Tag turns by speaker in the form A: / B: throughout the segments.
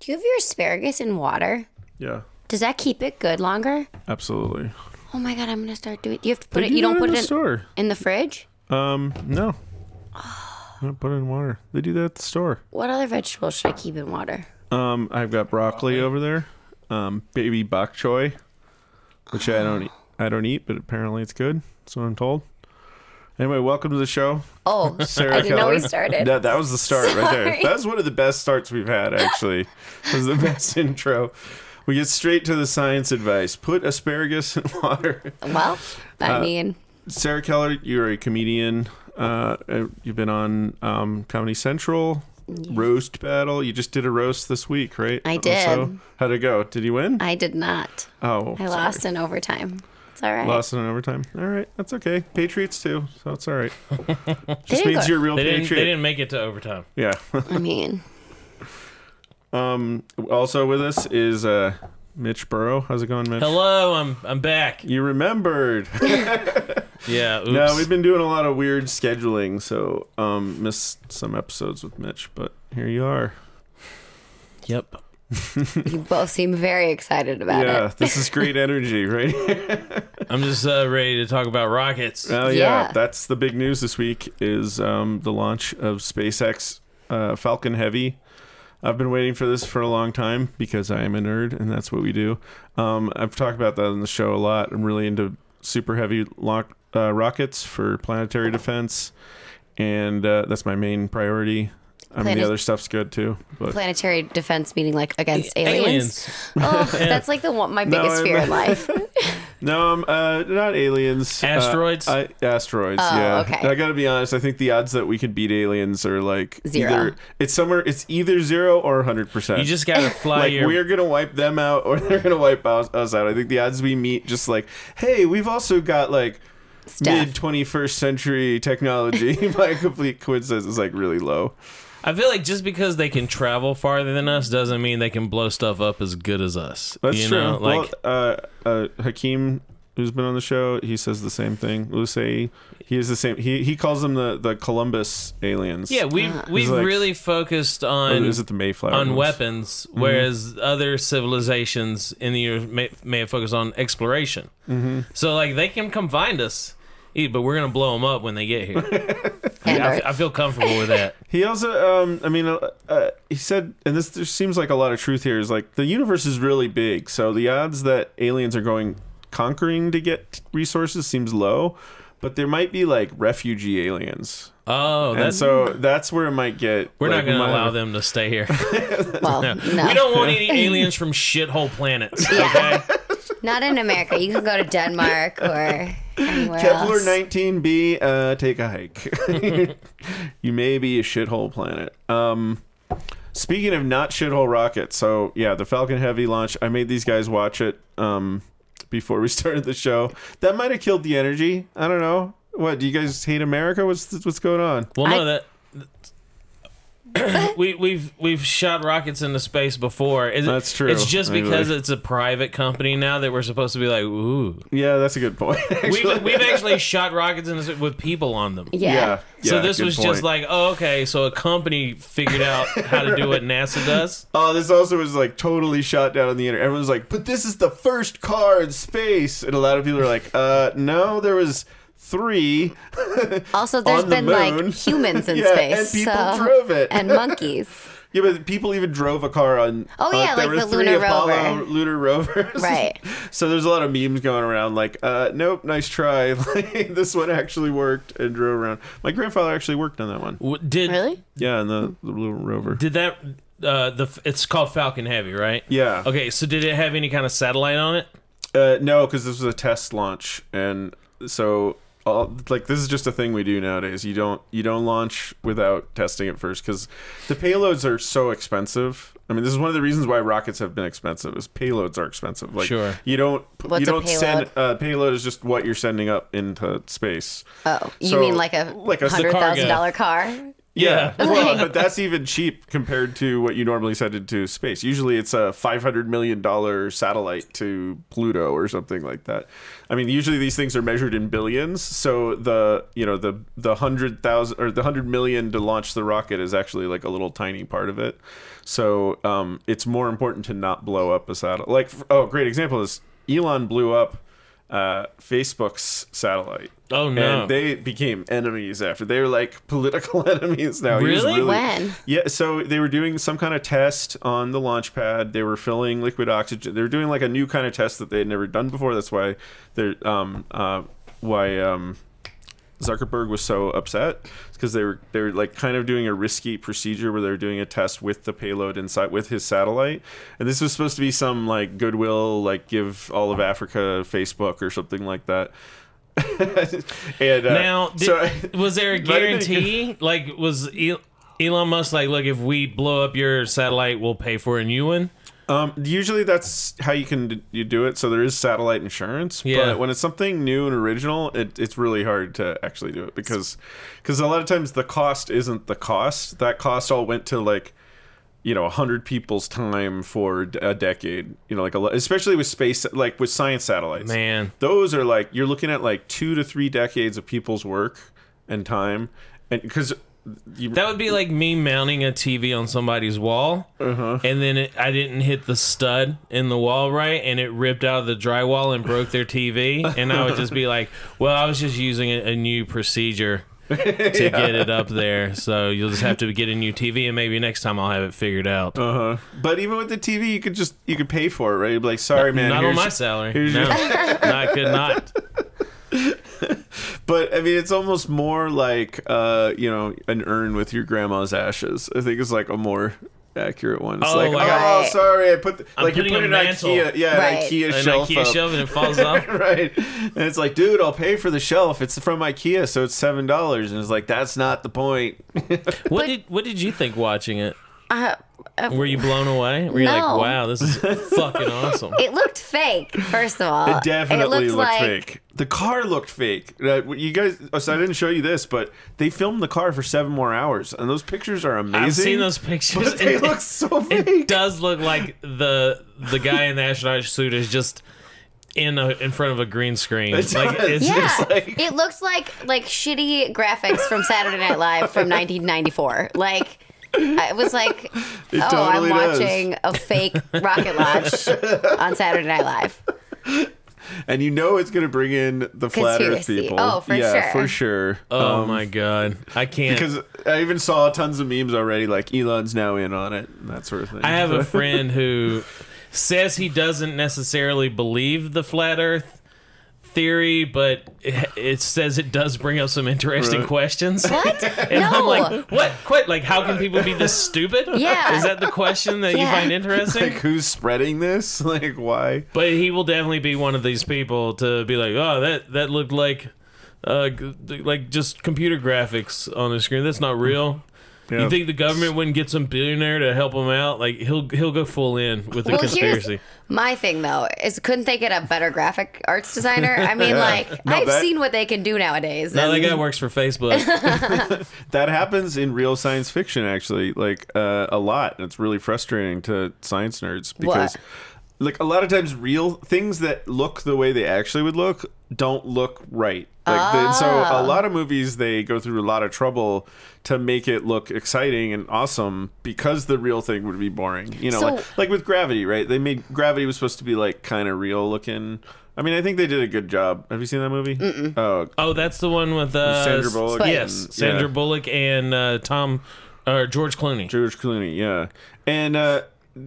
A: Do you have your asparagus in water?
B: Yeah,
A: Does that keep it good longer?
B: absolutely.
A: Oh my god, I'm gonna start doing. You have to put
B: They
A: it.
B: do
A: You
B: that
A: don't put
B: in the
A: it in,
B: store.
A: in the fridge.
B: Um, no. I don't put it in water. They do that at the store.
A: What other vegetables should I keep in water?
B: Um, I've got broccoli over there. Um, baby bok choy, which I don't eat. I don't eat, but apparently it's good. That's what I'm told. Anyway, welcome to the show,
A: Oh,
B: Sarah
A: I didn't know
B: Keller.
A: we started.
B: That, that was the start right there.
A: Sorry.
B: That was one of the best starts we've had, actually. That was the best intro. We get straight to the science advice. Put asparagus in water.
A: Well, I
B: uh,
A: mean,
B: Sarah Keller, you're a comedian. Uh, uh, you've been on um, Comedy Central, Roast Battle. You just did a roast this week, right?
A: I did.
B: how'd it go? Did you win?
A: I did not.
B: oh,
A: I
B: sorry.
A: lost in overtime. It's all right.
B: Lost in overtime. All right, that's okay. Patriots too, so it's all right.
A: They
B: Just
A: didn't
B: means
A: go-
B: you're a real
C: They didn't, they
B: patriot.
C: didn't make it to overtime.
B: Yeah.
A: I mean,
B: um. Also with us is uh, Mitch Burrow. How's it going, Mitch?
C: Hello, I'm I'm back.
B: You remembered.
C: Yeah, oops.
B: no, we've been doing a lot of weird scheduling, so um, missed some episodes with Mitch, but here you are.
C: yep.
A: you both seem very excited about
B: Yeah,
A: it.
B: this is great energy, right?
C: I'm just uh, ready to talk about rockets.
B: Oh yeah.
A: Yeah.
B: that's the big news this week is um, the launch of SpaceX uh, Falcon Heavy. I've been waiting for this for a long time because I am a nerd and that's what we do. Um, I've talked about that on the show a lot. I'm really into super heavy lock, uh, rockets for planetary defense, and uh, that's my main priority. I mean,
A: Planet-
B: the other stuff's good too, but
A: Planetary defense meaning like against aliens.
C: aliens.
A: oh, that's like the one, my
B: No,
A: biggest
B: I
A: fear in
B: meant-
A: life.
B: No, um, uh, not aliens. Uh,
C: Asteroids?
B: I, asteroids.
A: Oh,
B: yeah.
A: okay.
B: I gotta be honest. I think the odds that we could beat aliens are like
A: Zero.
B: Either, it's somewhere. It's either zero or hundred percent.
C: You just gotta fly
B: like
C: your.
B: we're gonna wipe them out or they're gonna wipe us, us out. I think the odds we meet just like, hey, we've also got like
A: Stuff.
B: mid twenty first century technology by complete coincidence is like really low.
C: I feel like just because they can travel farther than us doesn't mean they can blow stuff up as good as us.
B: That's
C: you
B: true.
C: Know? Like
B: well, uh, uh, Hakeem, who's been on the show, he says the same thing. Lusei, he is the same. He he calls them the, the Columbus aliens.
C: yeah, we've we've
B: like-
C: really focused
B: Or
C: on
B: is it the Mm-hmm. Mayflower?
C: on
B: ones?
C: weapons, whereas other civilizations in the years may, may have focused on exploration.
B: Mm-hmm.
C: So like they can come find us, eh, but we're gonna blow them up when they get here.
A: And
C: I,
A: our-
C: f- I feel comfortable with that.
B: He also, um, I mean, uh, uh, he said, and this there seems like a lot of truth here. Is like the universe is really big, so the odds that aliens are going conquering to get resources seems low. But there might be like refugee aliens,
C: Oh,
B: and
C: that's
B: so that's where it might get.
C: we're
B: like,
C: not going to
B: mild.
C: allow them to stay here.
A: well, no.
C: We don't want any aliens from shithole planets. Okay,
A: Not in America. You can go to Denmark or anywhere
B: Kepler
A: else.
B: 19b, uh, take a hike. you may be a shithole planet. Um, speaking of not shithole rockets, so yeah, the Falcon Heavy launch. I made these guys watch it um, before we started the show. That might have killed the energy. I don't know. What do you guys hate America? What's what's going on?
C: well,
A: I-
C: no, that. we, we've we've shot rockets into space before. Is it-
B: That's true.
C: It's just
B: Maybe
C: because
B: like-
C: it's a private company now that we're supposed to be like, ooh,
B: Yeah, that's a good point. actually.
C: we've, we've actually shot rockets in this with people on them.
A: Yeah.
C: so
B: yeah,
C: this
B: good
C: was
B: point.
C: just like, oh, okay, so a company figured out how to do what NASA does.
B: Oh, this also was like totally shot down on the internet. Everyone's like, but this is the first car in space. And a lot of people are like, uh, no, there was three.
A: Also, there's
B: On the
A: been
B: moon.
A: like humans in
B: Yeah,
A: space.
B: and people
A: so,
B: drove it.
A: And monkeys.
B: Yeah, but people even drove a car on.
A: Oh,
B: on-
A: yeah,
B: there
A: like
B: were
A: the
B: three
A: lunar
B: Apollo
A: rover.
B: lunar rovers.
A: Right.
B: so there's a lot of memes going around like, uh, nope, nice try. Like, this one actually worked and drove around. My grandfather actually worked on that one.
C: W- Did
A: Really?
B: Yeah, and the, the lunar rover.
C: Did that? Uh, the f- it's called Falcon Heavy, right?
B: Yeah.
C: Okay, so did it have any kind of satellite on it?
B: Uh, no, because this was a test launch, and so all, like this is just a thing we do nowadays. You don't you don't launch without testing it first because the payloads are so expensive. I mean, this is one of the reasons why rockets have been expensive is payloads are expensive. Like
C: Sure.
B: you don't
A: What's
B: you
A: a
B: don't send
A: payload?
B: uh, payload is just what you're sending up into space.
A: Oh, you
B: So,
A: mean like a
B: like a- the
A: hundred thousand dollar car?
B: Yeah.
C: Yeah.
B: Well, but that's even cheap compared to what you normally send into space. Usually it's a $500 million satellite to Pluto or something like that. I mean, usually these things are measured in billions. So the, you know, the, the 100,000 or the 100 million to launch the rocket is actually like a little tiny part of it. So um, it's more important to not blow up a satellite. Like, oh, great example is Elon blew up uh, Facebook's satellite.
C: Oh, no.
B: And they became enemies after. They were like political enemies now. He was
C: Really?
A: When?
B: Yeah. So they were doing some kind of test on the launch pad. They were filling liquid oxygen. They were doing like a new kind of test that they had never done before. That's why they're um uh why um. Zuckerberg was so upset because they were they were like kind of doing a risky procedure where they were doing a test with the payload inside with his satellite, and this was supposed to be some like goodwill like give all of Africa Facebook or something like that. and uh,
C: Now, did,
B: so-
C: was there a
B: Might have been a good-
C: guarantee? Like, was El- Elon Musk like, look, if we blow up your satellite, we'll pay for a new one?
B: Um, usually that's how you can d- you do it. So there is satellite insurance,
C: Yeah.
B: but when it's something new and original, it, it's really hard to actually do it because because a lot of times the cost isn't the cost. That cost all went to like you know a hundred people's time for d- a decade. You know, like a lo- especially with space, like with science satellites.
C: Man.
B: those are like you're looking at like two to three decades of people's work and time, and because.
C: That would be like me mounting a TV on somebody's wall,
B: Uh-huh.
C: and then it, I didn't hit the stud in the wall right, and it ripped out of the drywall and broke their TV. and I would just be like, "Well, I was just using a, a new procedure to get it up there, so you'll just have to get a new TV, and maybe next time I'll have it figured out."
B: Uh-huh. But even with the TV, you could just you could pay for it, right? You'd be like, sorry, man.
C: not on
B: here's
C: my
B: your-
C: salary.
B: here's your-
C: No, I could not.
B: But I mean, it's almost more like uh, you know, an urn with your grandma's ashes. I think it's like a more accurate one. It's
C: Oh,
B: like,
C: like-
B: oh,
A: Right.
B: sorry, I put the, like you
C: putting
B: put
C: a
B: an
C: mantle.
B: IKEA, yeah,
A: Right.
B: an IKEA
C: An
B: shelf,
C: IKEA
B: up.
C: shelf and it falls off.
B: right? And it's like, dude, I'll pay for the shelf. It's from IKEA, so it's seven dollars. And it's like, that's not the point.
C: What did What did you think watching it?
A: Uh, uh,
C: Were you blown away? Were you
A: No.
C: like, "Wow, this is fucking awesome"?
A: it looked fake, first of all.
B: It definitely
A: looked
B: looked
A: like-
B: fake. The car looked fake. Uh, You guys, oh, so I didn't show you this, but they filmed the car for seven more hours, and those pictures are amazing.
C: I've seen those pictures.
B: But they
C: and
B: look so fake.
C: It does look like the the guy in the astronaut suit is just in a, in front of a green screen.
B: It
C: like
B: does.
C: it's
A: Yeah,
C: just
B: like-
A: it looks like like shitty graphics from Saturday Night Live from 1994. Like, I was like, oh,
B: totally
A: I'm
B: does.
A: watching a fake rocket launch on Saturday Night Live.
B: and you know it's going to bring in the flat Earth
A: Conspiracy.
B: people.
A: Oh, for
B: yeah,
A: sure.
B: for sure.
C: Oh my god. I can't
B: Um, Because I even saw tons of memes already, like Elon's now in on it and that sort of thing.
C: I have a friend who says he doesn't necessarily believe the flat earth theory, but it, it says it does bring up some interesting
B: Right.
C: questions.
A: What?
C: And
A: no.
C: I'm like, what? Quit. Like, how can people be this stupid?
A: Yeah.
C: Is that the question that you
A: Yeah.
C: find interesting?
B: like who's spreading this? Like why?
C: But he will definitely be one of these people to be like, oh, that that looked like, uh, g- like just computer graphics on the screen. That's not real.
B: Yeah.
C: You think the government wouldn't get some billionaire to help him out? Like he'll he'll go full in with the
A: Well,
C: conspiracy.
A: here's my thing though is couldn't they get a better graphic arts designer? I mean, like
B: No,
A: I've
B: that-
A: seen what they can do nowadays.
C: Now that
A: and-
C: guy works for Facebook.
B: That happens in real science fiction, actually, like uh, a lot. And it's really frustrating to science nerds because, like, a lot of times, real things that look the way they actually would look don't look right. Like, they- so a lot of movies they go through a lot of trouble to make it look exciting and awesome because the real thing would be boring. You know,
A: So-
B: like, like with Gravity, right? They made Gravity was supposed to be like kind of real looking. I mean, I think they did a good job. Have you seen that movie? Oh,
C: oh, that's the one with uh,
B: Sandra Bullock
C: s-
B: and-
C: Yes, Sandra
B: yeah.
C: Bullock and uh, Tom or George Clooney.
B: George Clooney, yeah, and uh,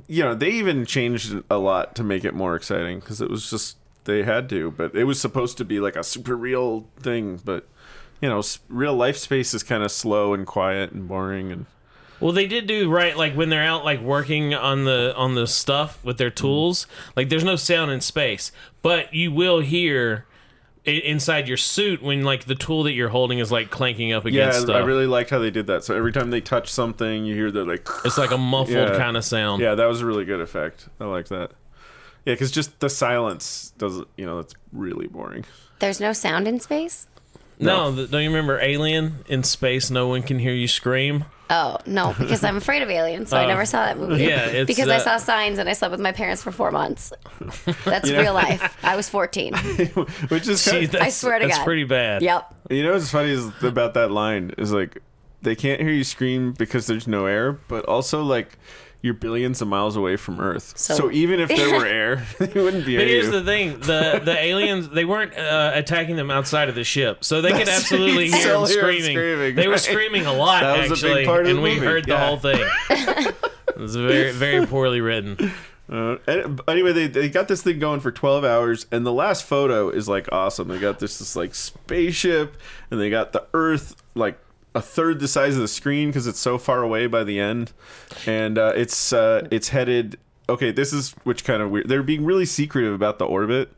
B: you know they even changed it a lot to make it more exciting because it was just they had to, but it was supposed to be like a super real thing, but you know, s- real life space is kind of slow and quiet and boring, and
C: Well, they did do right, like when they're out, like working on the on the stuff with their tools. Like, there's no sound in space, but you will hear i- inside your suit when like the tool that you're holding is like clanking up
B: yeah,
C: against stuff.
B: I really liked how they did that. So every time they touch something, you hear the like,
C: it's like a muffled
B: Yeah.
C: kind of sound.
B: yeah, that was a really good effect. I like that. Yeah, because just the silence doesn't, you know, that's really boring.
A: There's no sound in space.
C: No, th- don't you remember Alien in space? No one can hear you scream.
A: Oh no, because I'm afraid of aliens, so I never saw that movie.
C: Oh. Yeah, it's,
A: because I
C: uh,
A: saw signs and I slept with my parents for four months. That's real life. I was 14.
B: Which is
C: Gee,
B: kind of,
C: that's,
A: swear to
C: that's
A: God.
C: pretty bad.
A: Yep.
B: you know what's funny is about that line is like they can't hear you scream because there's no air, but also like you're billions of miles away from Earth. So,
A: So-
B: even if there were air, they wouldn't be.
C: But
B: hearing
C: here's
B: you.
C: the thing: the the aliens they weren't uh, attacking them outside of the ship, so they could
B: That's-
C: absolutely
B: you
C: hear
B: still
C: them
B: hear 'em
C: screaming.
B: screaming,
C: They were
B: right?
C: screaming a lot
B: That was a big
C: actually,
B: part of the
C: and we
B: movie,
C: heard the
B: yeah.
C: whole thing. it was very very poorly written.
B: Uh, and- but anyway, they, they got this thing going for 12 hours, and the last photo is like awesome. They got this, this like spaceship, and they got the Earth like a third the size of the screen because it's so far away by the end, and uh, it's uh, it's headed. Okay, this is which kind of weird. They're being really secretive about the orbit,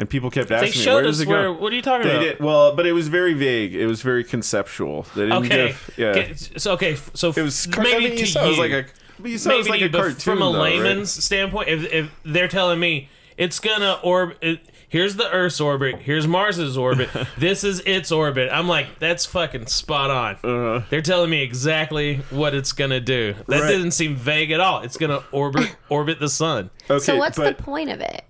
B: and people kept asking
C: They
B: me,
C: showed
B: "Where does
C: us
B: it
C: where.
B: go?"
C: What are you talking
B: They
C: about?
B: did well, but it was very vague. It was very conceptual. They didn't
C: Okay.
B: give- yeah.
C: Okay, So okay. f- So
B: it was car- I
C: maybe
B: mean,
C: to
B: you saw it was
C: you.
B: like a you saw it
C: maybe
B: was like a
C: but
B: cartoon
C: from a
B: though, right?
C: layman's standpoint if, if they're telling me it's gonna orbit it, here's the earth's orbit here's mars's orbit this is its orbit i'm like that's fucking spot on they're telling me exactly what it's gonna do that
B: Right.
C: didn't seem vague at all it's gonna orbit orbit the sun
B: Okay,
A: So what's
B: but-
A: the point of it?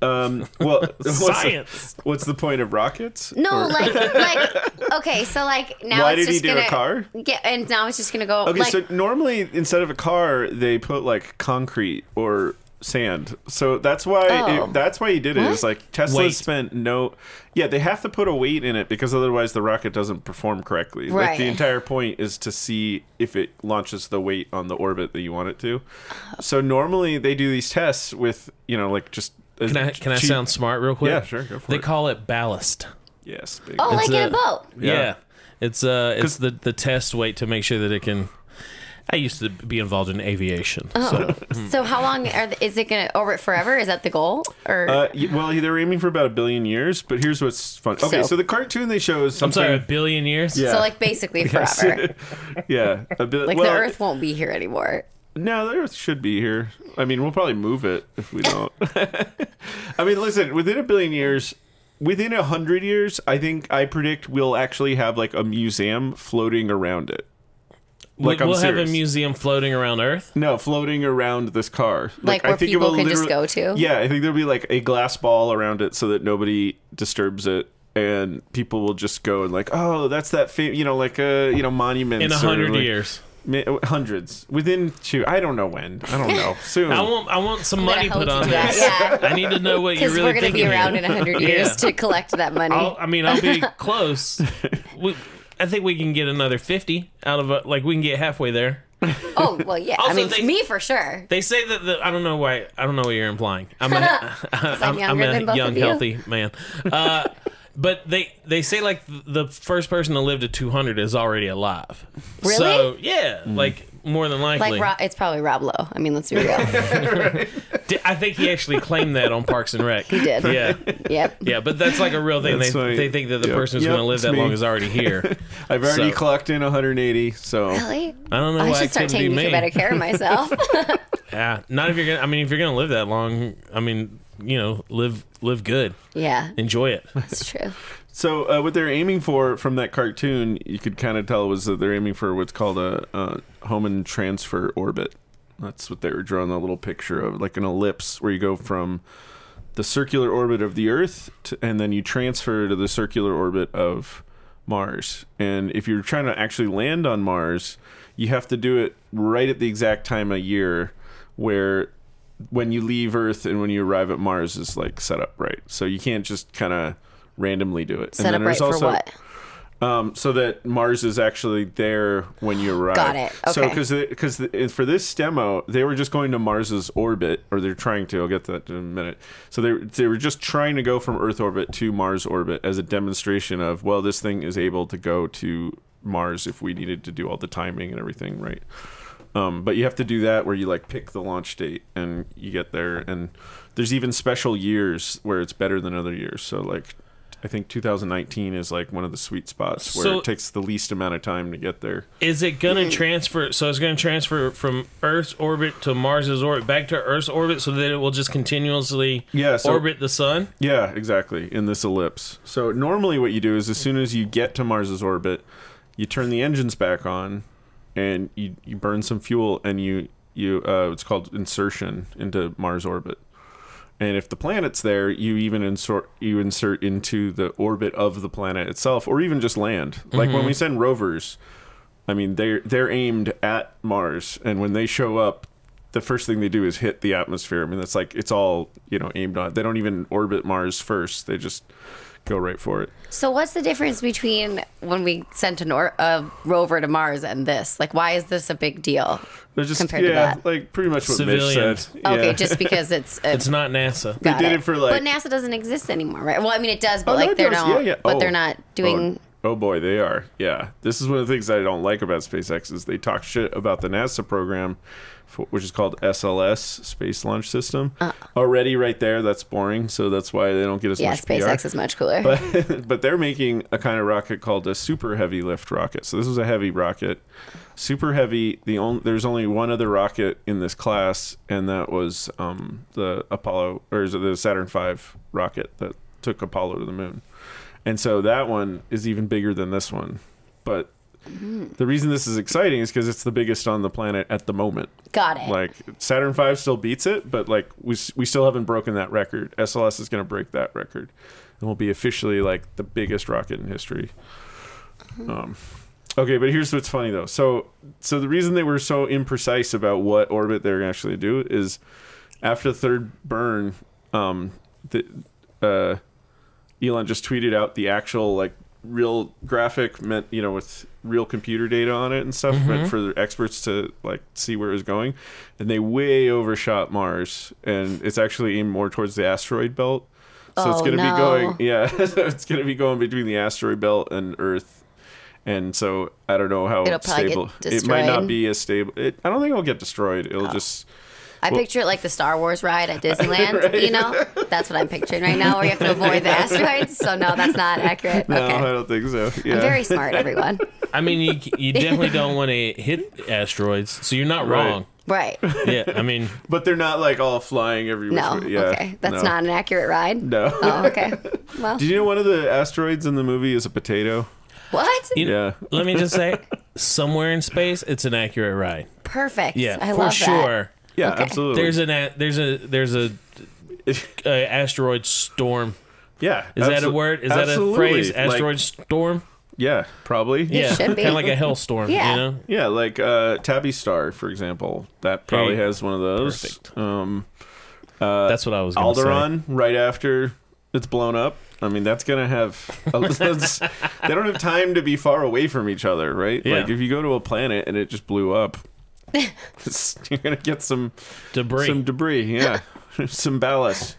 B: Um, well, what's the-
C: Science.
B: What's the, point of rockets?
A: No,
B: Or-
A: like, like, okay, so like now
B: Why
A: it's
B: did he
A: just
B: do a
A: gonna
B: car?
A: Yeah, and now it's just gonna go
B: okay,
A: like
B: so normally instead of a car, they put like concrete or sand. So that's why
A: Oh.
B: it, that's why he did it. It's
A: What?
B: like Tesla
C: Weight.
B: spent no. Yeah, they have to put a weight in it because otherwise the rocket doesn't perform correctly. Like
A: Right.
B: the entire point is to see if it launches the weight on the orbit that you want it to. So normally they do these tests with you know like just. a
C: can i can i
B: cheap-
C: sound smart real quick
B: Yeah, sure, go for
C: they
B: it.
C: call it ballast
B: Yes. Big
A: oh, like
C: it's
A: in
C: a-
A: a boat.
C: yeah,
B: Yeah.
C: it's uh it's the the test weight to make sure that it can i used to be involved in aviation
A: Uh-huh.
C: so
A: Oh.
C: hmm.
A: So how long are the, is it gonna orbit forever? Is that the goal? Or
B: Uh, y- well, they're aiming for about a billion years, but here's what's fun. Okay, so,
A: So-
B: the cartoon they show is
C: I'm
B: something.
C: sorry, a billion years?
B: Yeah.
A: so like basically forever.
B: yeah, a bi-
A: Like
B: well,
A: the Earth won't be here anymore.
B: No, the Earth should be here. I mean, we'll probably move it if we don't. I mean, listen, within a billion years, within a hundred years, I think I predict we'll actually have like a museum floating around it. Like
C: we'll
B: I'm
C: we'll have a
B: serious.
C: museum floating around Earth.
B: No, floating around this car.
A: Like, where people can just
B: literally-
A: go to?
B: Yeah, I think there'll be like a glass ball around it so that nobody disturbs it. And people will just go and like, oh, that's that, fam-, you know, like a you know monument
C: In a hundred years,
B: uh, hundreds within two. I don't know when. I don't know soon.
C: I want I want some
A: gonna
C: money
A: hold
C: put
A: you
C: on
A: to that,
C: this.
A: yeah.
C: I need to know what you're
A: Because
C: really
A: we're gonna
C: thinking.
A: be around
C: here.
A: in hundred years
C: Yeah.
A: to collect that money.
C: I'll, I mean, I'll be close. We, I think we can get another fifty out of a, like we can get halfway there.
A: oh well, yeah.
C: Also,
A: I mean,
C: they-
A: me for sure.
C: They say that the I don't know why I don't know what you're implying. I'm a, I'm, I'm
A: younger than both
C: a
A: of
C: young
A: you.
C: healthy man. Uh, but they they say like th- the first person to live to 200 is already alive.
A: Really?
C: So yeah, like more than likely.
A: Like Ro- it's probably Rob Lowe. I mean, let's be real.
C: Di- I think he actually claimed that on Parks and Rec. He
A: did.
C: Yeah.
A: yep.
C: Yeah, but that's like a real thing. They,
B: That's right.
C: they think that the
B: Yep.
C: person who's
B: Yep,
C: going to live
B: it's
C: that
B: me.
C: long is already here.
B: I've already
C: So-
B: clocked in 180, so
A: Really?
C: I don't know
A: I
C: why
A: should
C: it
A: start
C: couldn't
A: taking
C: be me.
A: even better care of myself.
C: Yeah, not if you're going. to I mean, if you're going to live that long, I mean, you know, live live good,
A: yeah,
C: enjoy it.
A: it's true.
B: so uh, what they're aiming for from that cartoon, you could kind of tell was that they're aiming for what's called a, uh Hohmann transfer orbit. That's what they were drawing a little picture of, like an ellipse where you go from the circular orbit of the Earth, to, and then you transfer to the circular orbit of Mars. And if you're trying to actually land on Mars, you have to do it right at the exact time of year where when you leave Earth and when you arrive at Mars is like set up right. So you can't just kind of randomly do it.
A: Set up right for what?
B: Um, so that Mars is actually there when you arrive.
A: Got it.
B: So
A: Okay.
B: because because for this demo, they were just going to Mars's orbit, or they're trying to. I'll get that in a minute. So they they were just trying to go from Earth orbit to Mars orbit as a demonstration of well, this thing is able to go to Mars if we needed to do all the timing and everything right. Um, but you have to do that where you like pick the launch date and you get there, and there's even special years where it's better than other years. So like I think 2019 is like one of the sweet spots where
C: So-
B: it takes the least amount of time to get there.
C: Is it
A: Mm.
C: gonna transfer? So it's gonna transfer from Earth's orbit to Mars's orbit, back to Earth's orbit, so that it will just continuously
B: Yeah, so-
C: orbit the sun.
B: Yeah, exactly. In this ellipse. So normally, what you do is as soon as you get to Mars's orbit, you turn the engines back on, and you, you burn some fuel, and you you uh, it's called insertion into Mars orbit. And if the planet's there, you even insert you insert into the orbit of the planet itself, or even just land. Like when we send rovers, I mean they're they're aimed at Mars, and when they show up, the first thing they do is hit the atmosphere. I mean that's like it's all you know aimed on. They don't even orbit Mars first; they just go right for it.
A: So what's the difference between when we sent an or- a rover to Mars and this? Like, why is this a big deal?
B: They're just
A: Compared to
B: yeah,
A: that.
B: like pretty much what
C: Civilians.
B: Mitch said.
A: Okay,
B: yeah.
A: just because it's a,
C: It's not NASA.
A: got
B: did it for,
A: but
B: like-
A: NASA doesn't exist anymore, right? Well, I mean, it does, but
B: Oh, no,
A: like
B: it
A: they're
B: does.
A: not,
B: Yeah, yeah.
A: but
B: Oh.
A: they're not doing.
B: Oh, oh boy, they are. Yeah, this is one of the things that I don't like about SpaceX is they talk shit about the NASA program, for, which is called SLS, Space Launch System. Already, right there, that's boring. So that's why they don't get as
A: Uh. yeah,
B: much. PR.
A: SpaceX is much cooler.
B: But, but they're making a kind of rocket called a super heavy lift rocket. So this was a heavy rocket. Super heavy. The only there's only one other rocket in this class, and that was um, the Apollo or is it the Saturn V rocket that took Apollo to the moon. And so that one is even bigger than this one. But the reason this is exciting is because it's the biggest on the planet at the moment.
A: got it.
B: Like Saturn V still beats it, but like we s- we still haven't broken that record. SLS is going to break that record, and will be officially like the biggest rocket in history. Um, okay, but here's what's funny though. So so the reason they were so imprecise about what orbit they're going to actually do is after the third burn, um, the uh, Elon just tweeted out the actual like real graphic meant you know with real computer data on it and stuff
A: Mm-hmm.
B: meant for the experts to like see where it was going and they way overshot mars and it's actually aimed more towards the asteroid belt so it's
A: Oh,
B: going to
A: no.
B: be going yeah so it's going to be going between the asteroid belt and earth and so i don't know how
A: It'll probably get
B: stable it might not
A: destroyed. Oh,
B: be as stable it, i don't think it'll get destroyed it'll just
A: I picture it like the Star Wars ride at Disneyland. You know, that's what I'm picturing right now, where you have to avoid the asteroids. So no, that's not accurate.
B: no
A: okay,
B: i don't think so yeah
A: I'm very smart, everyone.
C: I mean, you, you definitely don't want to hit asteroids, so you're not
B: Right.
C: wrong.
A: Right?
C: Yeah, I mean,
B: but they're not like all flying every which
A: No.
B: way. yeah
A: okay, that's
B: no.
A: not an accurate ride.
B: no
A: Oh, okay. Well,
B: Did you know one of the asteroids in the movie is a potato?
A: what?
C: you
B: Yeah.
C: let me just say, somewhere in space, it's an accurate ride.
A: Perfect.
C: Yeah,
A: I
C: for
A: love that.
C: sure.
B: Yeah,
A: Okay.
B: absolutely.
C: There's an a, there's a there's a, a asteroid storm.
B: yeah.
C: Is that a
B: abso-
C: word? Is
B: absolutely.
C: that a phrase?
B: Like,
C: Asteroid storm.
B: yeah, probably.
C: Yeah,
A: should be.
C: kind of like a hellstorm.
A: Yeah.
C: You know?
B: Yeah, like uh, Tabby Star, for example. That probably
C: Hey,
B: has one of those.
C: perfect.
B: Um,
C: That's what I was. Gonna Say.
B: Alderaan, right after it's blown up. I mean, that's gonna have. that's- they don't have time to be far away from each other, right?
C: Yeah.
B: Like if you go to a planet and it just blew up, it's- you're gonna get some
C: Debris.
B: some debris. Yeah, some ballast.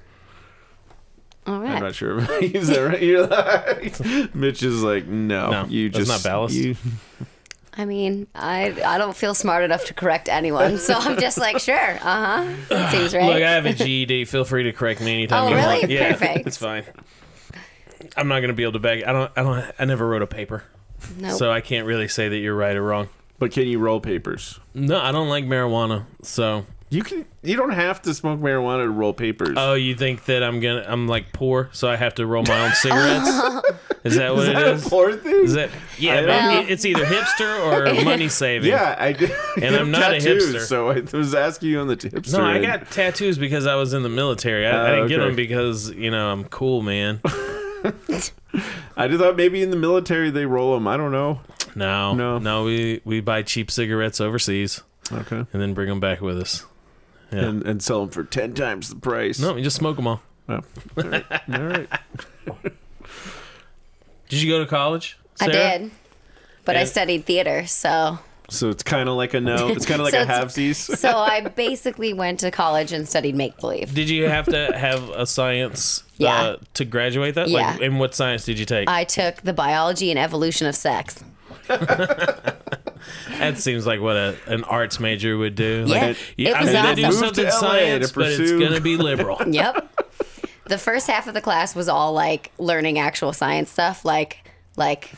A: All
B: I'm
A: right.
B: not sure if I use that right. You're like, Mitch is like, no,
C: No,
B: you
C: that's
B: just
C: not ballast.
B: you-
A: I mean, I I don't feel smart enough to correct anyone, so I'm just like, sure, uh huh, seems right.
C: Look, I have a GED. Feel free to correct me anytime
A: Oh,
C: you want.
A: really?
C: Yeah,
A: Perfect.
C: It's fine. I'm not gonna be able to beg. I don't. I don't. I never wrote a paper,
A: Nope.
C: so I can't really say that you're right or wrong.
B: but can you roll papers?
C: No, I don't like marijuana. So,
B: You can. You don't have to smoke marijuana to roll papers.
C: oh, you think that I'm gonna? I'm like poor, so I have to roll my own cigarettes? Is that what
B: is
C: it
B: that
C: is?
B: a poor thing?
C: Is that yeah?
B: I
C: but
A: don't-
C: it- it's either hipster or money saving.
B: yeah, I did. you have
C: I'm not a
B: tattoos,
C: hipster.
B: so I was asking you on the hipster.
C: No, I
B: end.
C: got tattoos because I was in the military. I, I
B: Oh,
C: didn't get
B: okay.
C: them because you know I'm cool, man.
B: I just thought maybe in the military they roll them. I don't know.
C: No,
B: No.
C: no. We we buy cheap cigarettes overseas
B: Okay.
C: and then bring them back with us. Yeah.
B: And and sell them for ten times the price.
C: No, we just smoke them all.
B: Oh, all right. All right.
C: Did you go to college?
A: I
C: Sarah?
A: did, but I
C: And-
A: studied theater, so
B: So it's kind of like a no. It's kind of like
A: So
B: a
A: it's-
B: halvesies.
A: so I basically went to college and studied make believe.
C: Did you have to have a science
A: Yeah.
C: uh, to graduate that? Like,
A: Yeah.
C: and what science did you take?
A: I took the biology and evolution of sex.
C: that seems like what a, an arts major would do. Like,
A: Yeah, it was
C: I mean, they do
A: awesome.
B: Moved to
C: something
B: LA to
C: science, but it's
B: pursue-
C: going to be liberal.
A: Yep. the first half of the class was all like learning actual science stuff, like like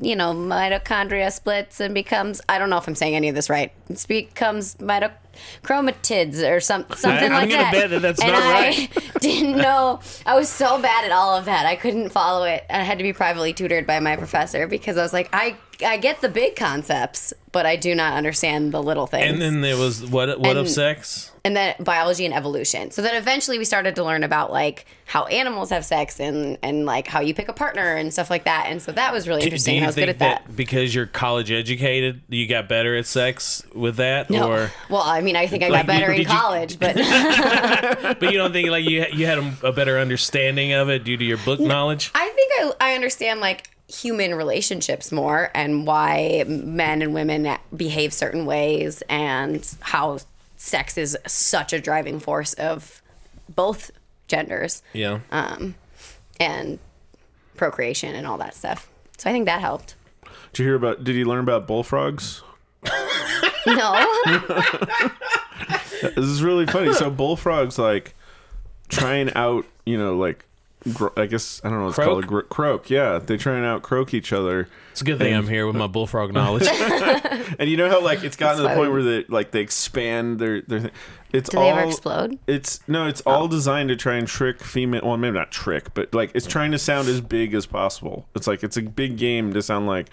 A: you know mitochondria splits and becomes I don't know if I'm saying any of this right. It becomes mitochhromatids or some something
C: I'm
A: like
C: gonna
A: that.
C: bet that that's
A: and
C: not
A: I
C: right.
A: didn't know. I was so bad at all of that. I couldn't follow it. I had to be privately tutored by my professor because I was like I I get the big concepts, but I do not understand the little things
C: And then there was what what of
A: And-
C: sex?
A: and then biology and evolution. So then eventually we started to learn about like how animals have sex and and like how you pick a partner and stuff like that. And so that was really
C: Do you
A: interesting. and I was good
C: think
A: at that.
C: because you're college educated, you got better at sex with that,
A: No.
C: or
A: well, I mean, I think I got
C: Like,
A: better
C: did
A: in
C: you-
A: college, but
C: but you don't think like you you had a, a better understanding of it due to your
A: Mm.
C: book knowledge?
A: I think I, I understand like human relationships more and why men and women behave certain ways and how sex is such a driving force of both genders
C: Yeah.
A: um, and procreation and all that stuff. So I think that helped.
B: Did you hear about? Did you learn about bullfrogs?
A: No.
B: This is really funny. So bullfrogs like trying out, you know, like gro- I guess I don't know what's
C: Croak?
B: called gro- croak. Yeah, they try and out croak each other.
C: It's a good thing I'm here with my bullfrog knowledge.
B: And you know how like it's gotten to the
A: That's
B: point
A: why
B: where they like they expand their their. Thing. It's
A: Do
B: all
A: they ever explode? Oh.
B: It's no, it's all designed to try and trick female. Well, maybe not trick, but like it's trying to sound as big as possible. It's like it's a big game to sound like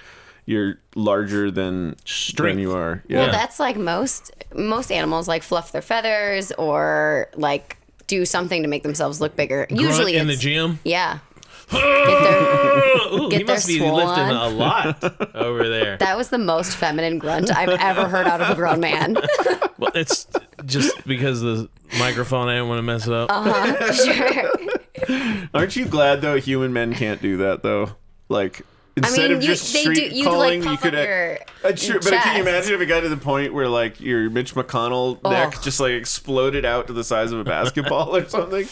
B: you're larger than
C: Strength.
B: than you are. Yeah.
A: Well, that's like most most animals like fluff their feathers or like do something to make themselves look bigger. Usually
C: Grunt in the
A: it's-
C: gym.
A: Yeah. Get their-
C: Ooh, he
A: Get their
C: must be
A: swole
C: lifting
A: on.
C: a lot over there.
A: that was the most feminine grunt I've ever heard out of a grown man.
C: Well, it's just because the microphone. I didn't want to mess it up.
A: sure.
B: Aren't you glad though? Human men can't do that though. Like
A: I
B: instead
A: mean,
B: of
A: you,
B: just
A: they do,
B: street
A: you
B: calling,
A: like
B: you
A: puff
B: could.
A: up your
B: Uh, sure, but can you
A: chest.
B: imagine if it got to the point where like your Mitch McConnell neck
A: Ugh.
B: just like exploded out to the size of a basketball or something?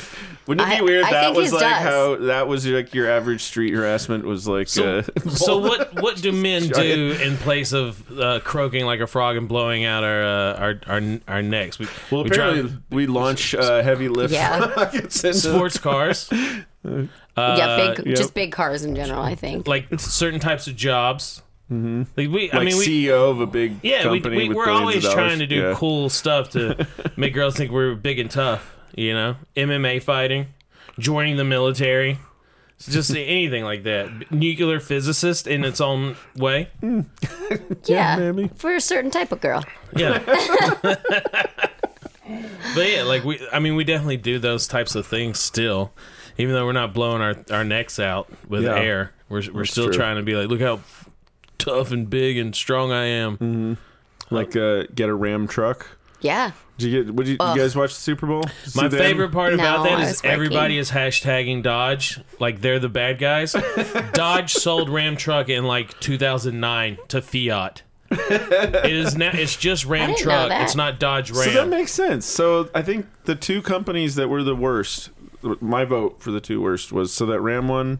B: Wouldn't it
A: I-
B: be weird?
A: I
B: that
A: think
B: was
A: his
B: like
A: does.
B: how that was like your average street harassment was like. uh,
C: so what what do men do in place of uh, croaking like a frog and blowing out our uh, our, our our necks? We,
B: well,
C: we drive
B: apparently we launch uh, heavy lift
A: Yeah.
B: rockets into-
C: sports cars,
B: Uh,
A: yeah, big,
B: yep.
A: just big cars in general. I think.
C: like certain types of jobs. Mm-hmm. Like we, I
B: Like
C: mean, we,
B: CEO of a big
C: yeah, we,
B: company
C: we
B: with
C: we're
B: billions of
C: always
B: dollars.
C: trying to do
B: Yeah.
C: cool stuff to make girls think we're big and tough. You know, MMA fighting, joining the military. It's Just anything like that. Nuclear physicist in its own way.
A: yeah,
B: maybe.
A: for a certain type of girl.
C: Yeah. but yeah, like we I mean we definitely do those types of things still. Even though we're not blowing our, our necks out with
B: Yeah.
C: air. We're we're still
B: true.
C: trying to be like, look how tough and big and strong I am.
B: Mm-hmm. Like uh, get a Ram truck.
A: Yeah.
B: Did you get? Would you, you
A: Ugh.
B: guys watch the Super Bowl? See
C: My
B: the end?
C: favorite part
A: No,
C: about that
A: I
C: is
A: was working.
C: everybody is hashtagging Dodge like they're the bad guys. Dodge sold Ram truck in like 2009 to Fiat. it is now it's just
A: I
C: Ram
A: didn't know
C: truck.
A: that.
C: It's not Dodge
B: So
C: Ram.
B: that makes sense. So I think the two companies that were the worst, my vote for the two worst was so that Ram one,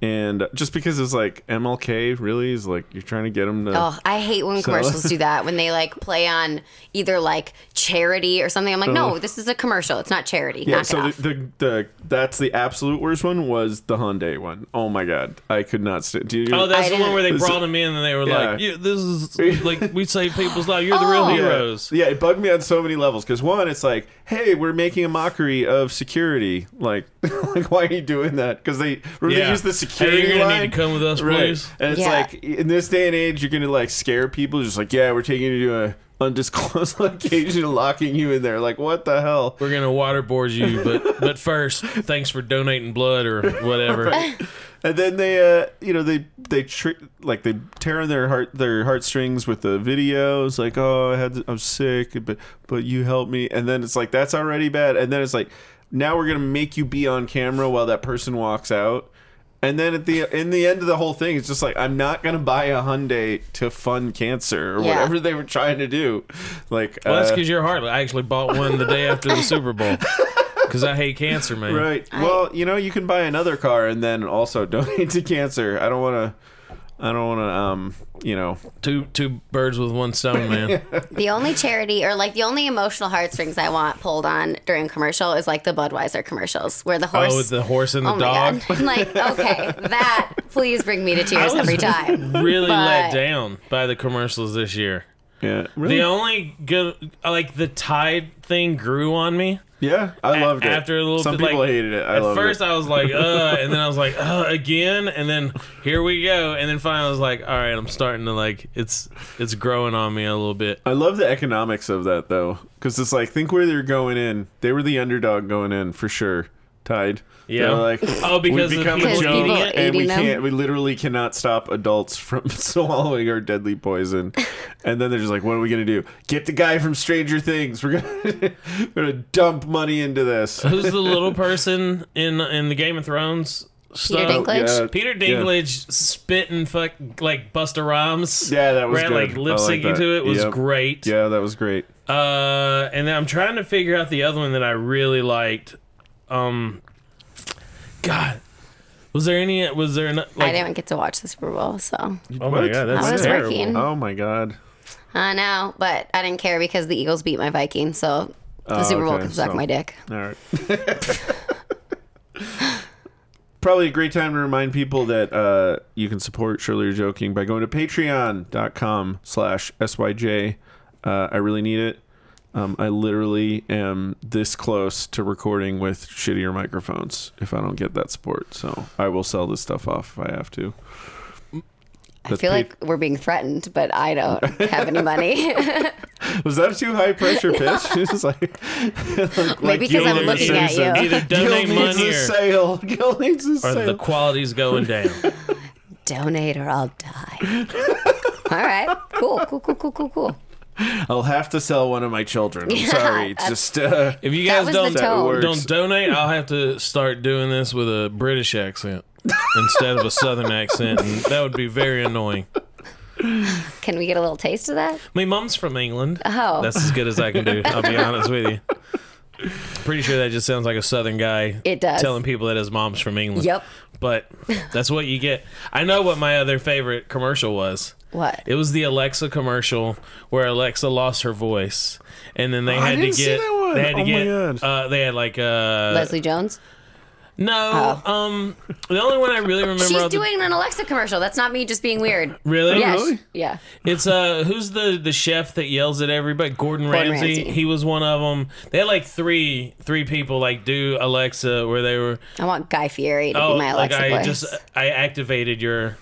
B: and just because it's like MLK really is like you're trying to get them to.
A: Oh, I hate when commercials do that when they like play on either like charity or something. I'm like,
C: Oh.
A: no, this is a commercial. It's not charity.
B: yeah,
A: Knock it
B: so
A: off.
B: the, the the that's the absolute worst one was the Hyundai one. Oh my god, I could not stand. Do you?
C: Oh,
A: I
C: that's the one
A: didn't-
C: where they
B: Is it-
C: brought him in and they were
B: Yeah.
C: like, yeah, "This is like we save people's lives. You're the real
A: Oh.
B: Yeah.
C: heroes."
B: Yeah, it bugged me on so many levels because one, it's like, hey, we're making a mockery of security. Like, like why are you doing that? Because they remember
C: Yeah.
B: they use the
C: Hey, you're
B: security
C: gonna need
B: line.
C: to come with us,
B: Right.
C: please.
B: And it's
A: Yeah.
B: like in this day and age, you're gonna like scare people. Just like, yeah, we're taking you to a undisclosed location and locking you in there. Like, what the hell?
C: We're gonna waterboard you, but but first, thanks for donating blood or whatever.
B: And then they, uh, you know, they they tri- like they tear on their heart their heartstrings with the videos. Like, oh, I had to, I'm sick, but but you helped me. And then it's like that's already bad. And then it's like now we're gonna make you be on camera while that person walks out. And then at the in the end of the whole thing, it's just like I'm not gonna buy a Hyundai to fund cancer or
A: Yeah.
B: whatever they were trying to do. Like,
C: Well, that's
B: uh,
C: because you're heartless. I actually bought one the day after the Super Bowl because I hate cancer, man.
B: Right. well, you know, you can buy another car and then also donate to cancer. I don't want to. I don't want to, um, you know,
C: Two two birds with one stone, man.
A: The only charity or like the only emotional heartstrings I want pulled on during commercial is like the Budweiser commercials where the horse.
C: oh, with the horse and the
A: Oh my
C: dog.
A: god! I'm like, okay, that please bring me to tears every time.
C: Really let
A: But-
C: down by the commercials this year.
B: yeah,
C: The
B: really,
C: only good, like the Tide thing, grew on me.
B: yeah, I
C: A-
B: loved it.
C: After a little
B: some
C: bit,
B: people
C: like,
B: hated it. I
C: at
B: loved
C: first,
B: it.
C: I was like, uh, and then I was like, uh, again, and then here we go, and then finally, I was like, all right, I'm starting to like, it's it's growing on me a little bit.
B: I love the economics of that though, because it's like think where they're going in. They were the underdog going in for sure. Tied. They
C: Yeah.
B: were like
C: Oh, because
B: we
C: of
B: become a
C: people
B: joke,
A: eating it?
B: and we
A: Eating them?
B: can't. We literally cannot stop adults from swallowing our deadly poison. and then they're just like, "What are we gonna do? Get the guy from Stranger Things. We're gonna, we're gonna dump money into this."
C: Who's the little person in in the Game of Thrones
A: Peter
C: stuff?
A: Dinklage.
B: yeah.
C: Peter
B: Yeah.
C: Dinklage spitting fuck like Busta Rhymes.
B: Yeah, that was
C: right,
B: good.
C: like
B: I
C: lip
B: like
C: syncing
B: that.
C: to it was
B: Yep.
C: great.
B: Yeah, that was great.
C: Uh, and then I'm trying to figure out the other one that I really liked. Um, God, was there any? Was there not,
A: I
C: like?
A: didn't get to watch the Super Bowl, so
C: oh my
B: What?
C: God,
A: I
C: that's
A: was
C: terrible.
A: working.
B: Oh my god.
A: I know, but I didn't care because the Eagles beat my Vikings, so the
B: Oh,
A: Super Bowl
B: okay,
A: can suck
B: so-
A: my dick.
B: All right. Probably a great time to remind people that uh, you can support Surely You're Joking by going to patreon.com slash SYJ. Uh, I really need it. Um, I literally am this close to recording with shittier microphones if I don't get that support. So I will sell this stuff off if I have to.
A: I feel like we're being threatened, but I don't have any money.
B: Was that too high pressure pitch? It's like,
A: Maybe because I'm
C: Gillian
A: looking at
B: Simpson.
A: you.
C: Either donate
B: Gil needs
C: money
B: a
C: or,
B: sale. Gil needs a
C: or
B: sale.
C: the quality's going down.
A: Donate or I'll die. All right, cool, cool, cool, cool, cool, cool.
B: I'll have to sell one of my children. I'm sorry. It's just uh,
C: If you
A: That
C: guys
A: was
C: don't
A: the tone.
B: works.
C: don't donate, I'll have to start doing this with a British accent instead of a Southern accent, and that would be very annoying.
A: Can we get a little taste of that?
C: My mum's from England.
A: Oh.
C: That's as good as I can do. I'll be honest with you. Pretty sure that just sounds like a Southern guy.
A: It does.
C: Telling people that his mom's from England.
A: Yep.
C: But that's what you get. I know what my other favorite commercial was.
A: What?
C: It was the Alexa commercial where Alexa lost her voice, and then they had
B: Oh, didn't
C: to
B: see
C: get
B: that one.
C: they had to
B: Oh my
C: get uh, they had like uh,
A: Leslie Jones.
C: no um the only one I really remember
A: Oh. She's
C: off the-
A: doing an Alexa commercial. That's not me just being weird.
C: really
A: Yeah,
B: really?
A: sh- yeah.
C: It's uh, who's the the chef that yells at everybody? Gordon,
A: Gordon
C: Ramsay.
A: Ramsay.
C: He was one of them. They had like three three people like do Alexa where they were.
A: I want Guy Fieri to
C: Oh,
A: be my
C: like
A: Alexa
C: I
A: voice.
C: just uh, I activated your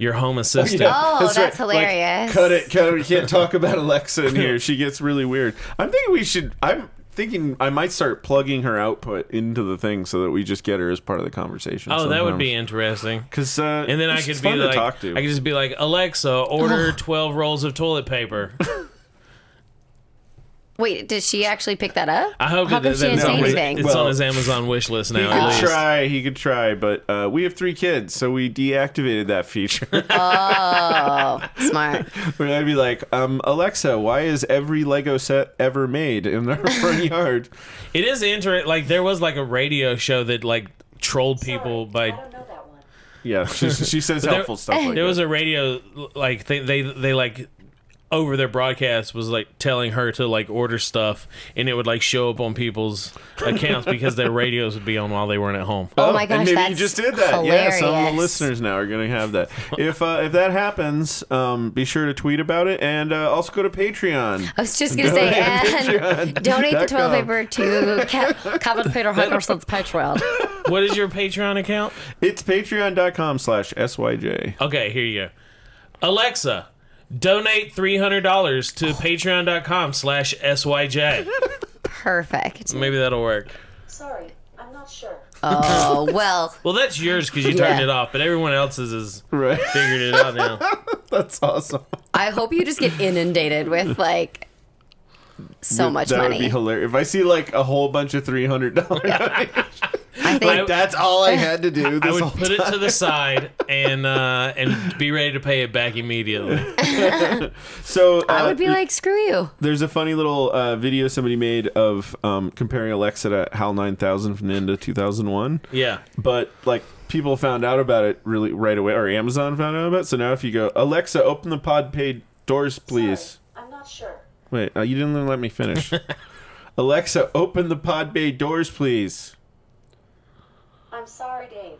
C: your home assistant.
A: Oh, that's
B: right. Like,
A: hilarious.
B: cut it, cut it. We can't talk about Alexa in here. She gets really weird. I'm thinking we should. I'm thinking I might start plugging her output into the thing so that we just get her as part of the conversation.
C: Oh, that would be interesting.
B: because. Uh,
C: And then I
B: it's
C: could be
B: fun
C: like,
B: to talk to.
C: I could just be like, Alexa, order twelve rolls of toilet paper.
A: Wait, did she actually pick that up?
C: I hope
A: How
C: that
A: come she didn't
C: that's
A: say
C: on,
B: No,
C: his-
A: anything?
C: It's
B: Well-
C: on his Amazon wish list now.
B: he
C: at
B: could
C: least.
B: try. He could try, but uh, we have three kids, so we deactivated that feature.
A: Smart.
B: We're gonna be like, um, Alexa, why is every Lego set ever made in our front yard?
C: It is interesting. Like there was like a radio show that like trolled people by.
B: Yeah, she, she says
C: there-
B: helpful stuff. Like
C: there
B: that.
C: was a radio like they they they like over their broadcast was like telling her to like order stuff and it would like show up on people's accounts because their radios would be on while they weren't at home.
A: Oh my gosh,
B: and maybe you
A: that's
B: just did that. Yeah, some of
A: hilarious.
B: the listeners now are going to have that. If uh, if that happens, um, be sure to tweet about it and uh, also go to Patreon.
A: I was just gonna say, and donate the toilet
B: Patreon.com.
A: paper to Ca- Kevin Peter Henderson's Patreon.
C: what is your Patreon account?
B: It's patreon.com slash SYJ.
C: Okay, here you go. Alexa, donate three hundred dollars to patreon.com slash SYJ.
A: Perfect.
C: Maybe that'll work.
D: Sorry, I'm not sure.
A: Oh well,
C: Well that's yours because you turned
A: Yeah.
C: it off, but everyone else's is
B: Right.
C: figured it out now.
B: That's awesome.
A: I hope you just get inundated with like so much
B: that would be
A: money.
B: hilarious. If I see like a whole bunch of $300,
A: I think
B: like, that's all I had to do
C: I
B: this
C: would
B: whole
C: put it to the side and uh, and be ready to pay it back immediately.
B: So uh,
A: I would be like, screw you.
B: there's a funny little uh, video somebody made of um, comparing Alexa to HAL 9000 from the end of 2001.
C: Yeah.
B: but like people found out about it really right away, or Amazon found out about it. So now if you go, Alexa, open the pod paid doors, please.
D: Sorry, I'm not sure.
B: Wait, uh, you didn't let me finish. Alexa, open the pod bay doors, please.
D: I'm sorry, Dave.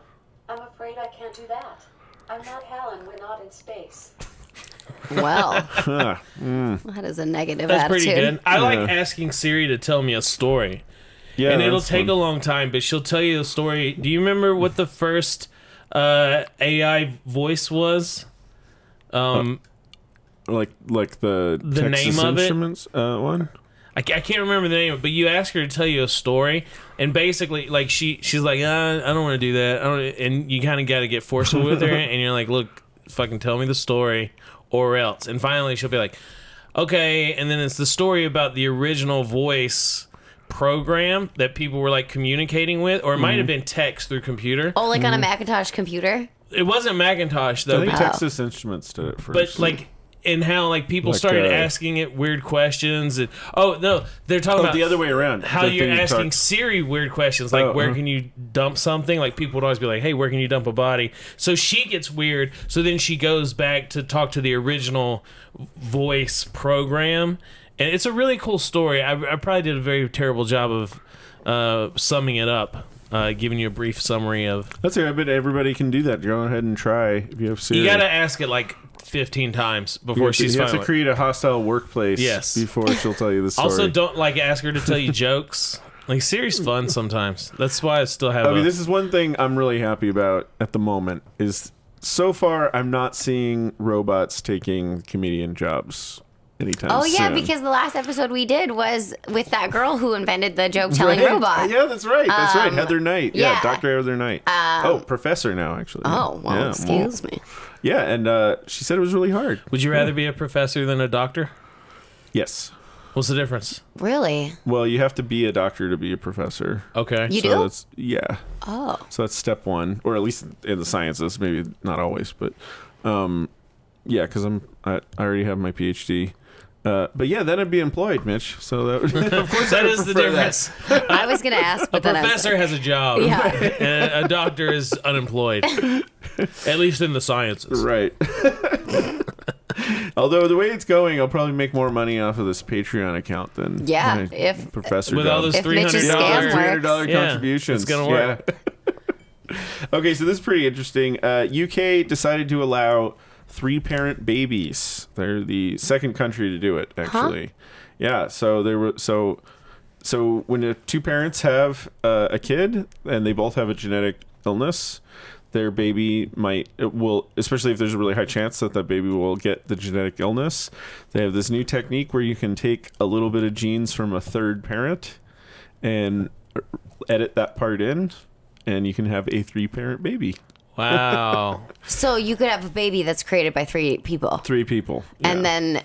D: I'm afraid I can't do that. I'm not Helen. We're not in space.
A: Well,
B: Huh.
A: that is a negative
C: That's
A: attitude.
C: pretty good. I like
B: Yeah.
C: asking Siri to tell me a story.
B: Yeah,
C: and it'll
B: that's
C: take
B: fun.
C: a long time, but she'll tell you the story. Do you remember what the first uh, AI voice was?
B: Uh,
C: Um,
B: like like the
C: The
B: Texas
C: name of it?
B: Instruments uh, one.
C: I, ca- I can't remember the name, of it, but you ask her to tell you a story, and basically, like she she's like, uh, I don't want to do that. I don't, and you kind of got to get forceful with her, and you're like, look, fucking tell me the story, or else. And finally, she'll be like, okay. And then it's the story about the original voice program that people were like communicating with, or it
B: Mm-hmm.
C: might have been text through computer.
A: Oh, like on a Macintosh computer?
C: It wasn't Macintosh
B: I
C: though,
B: think
C: but,
B: Texas Instruments did it first.
C: but like. And how like people
B: Like,
C: started
B: uh,
C: asking it weird questions and oh no they're talking
B: oh,
C: about
B: the other way around.
C: how
B: The
C: you're
B: thing you
C: asking
B: talked-
C: Siri weird questions like
B: Oh,
C: where
B: uh-huh.
C: can you dump something? Like people would always be like, "Hey, where can you dump a body?" So she gets weird. So then she goes back to talk to the original voice program, and it's a really cool story. I, I probably did a very terrible job of uh, summing it up, uh, giving you a brief summary of.
B: That's it. I bet everybody can do that. Go ahead and try if you have Siri.
C: You got to ask it like 15 times
B: You
C: before
B: have to-
C: she's
B: you have
C: finally.
B: to create a hostile workplace.
C: Yes.
B: Before she'll tell you the story.
C: also, don't like ask her to tell you jokes. Like Siri's fun sometimes. That's why I still have.
B: I mean,
C: a-
B: this is one thing I'm really happy about at the moment is so far I'm not seeing robots taking comedian jobs anytime
A: Oh,
B: soon.
A: yeah, because the last episode we did was with that girl who invented the joke telling
B: Right.
A: robot.
B: Yeah, that's right. That's right.
A: Um,
B: Heather Knight. Yeah,
A: yeah. Uh,
B: Dr. Heather Knight. oh, professor now actually.
A: Oh, well,
B: yeah, well,
A: excuse me.
B: Yeah, and uh, she said it was really hard.
C: Would you rather be a professor than a doctor?
B: Yes.
C: What's the difference?
A: Really?
B: Well, you have to be a doctor to be a professor.
C: Okay.
A: You
B: so
A: do?
B: that's yeah.
A: Oh.
B: So that's step one, or at least in the sciences. Maybe not always, but um, yeah, because I'm I, I already have my PhD. Uh, but yeah, then I'd be employed, Mitch. So that would, of course
C: that
B: I would
C: is the
B: prefer that.
C: difference.
A: I was going to ask,
C: A
A: but then I was
C: professor has a job.
A: Yeah.
C: And a doctor is unemployed. At least in the sciences.
B: Right. Although the way it's going, I'll probably make more money off of this Patreon account than
A: Yeah,
B: my
A: if-
B: professor
C: With all
B: job.
C: those
A: If Mitch is
C: $300.
A: scam work.
B: hundred dollar
C: Yeah,
B: contributions.
C: it's gonna work.
B: Yeah. okay, so this is pretty interesting. Uh, UK decided to allow three parent babies. They're the second country to do it, actually. Yeah. So there were so so when the two parents have uh, a kid and they both have a genetic illness. Their baby might it will, especially if there's a really high chance that that baby will get the genetic illness. They have this new technique where you can take a little bit of genes from a third parent, and edit that part in, and you can have a three parent baby.
C: Wow.
A: So you could have a baby that's created by three people,
B: Three people.
A: and then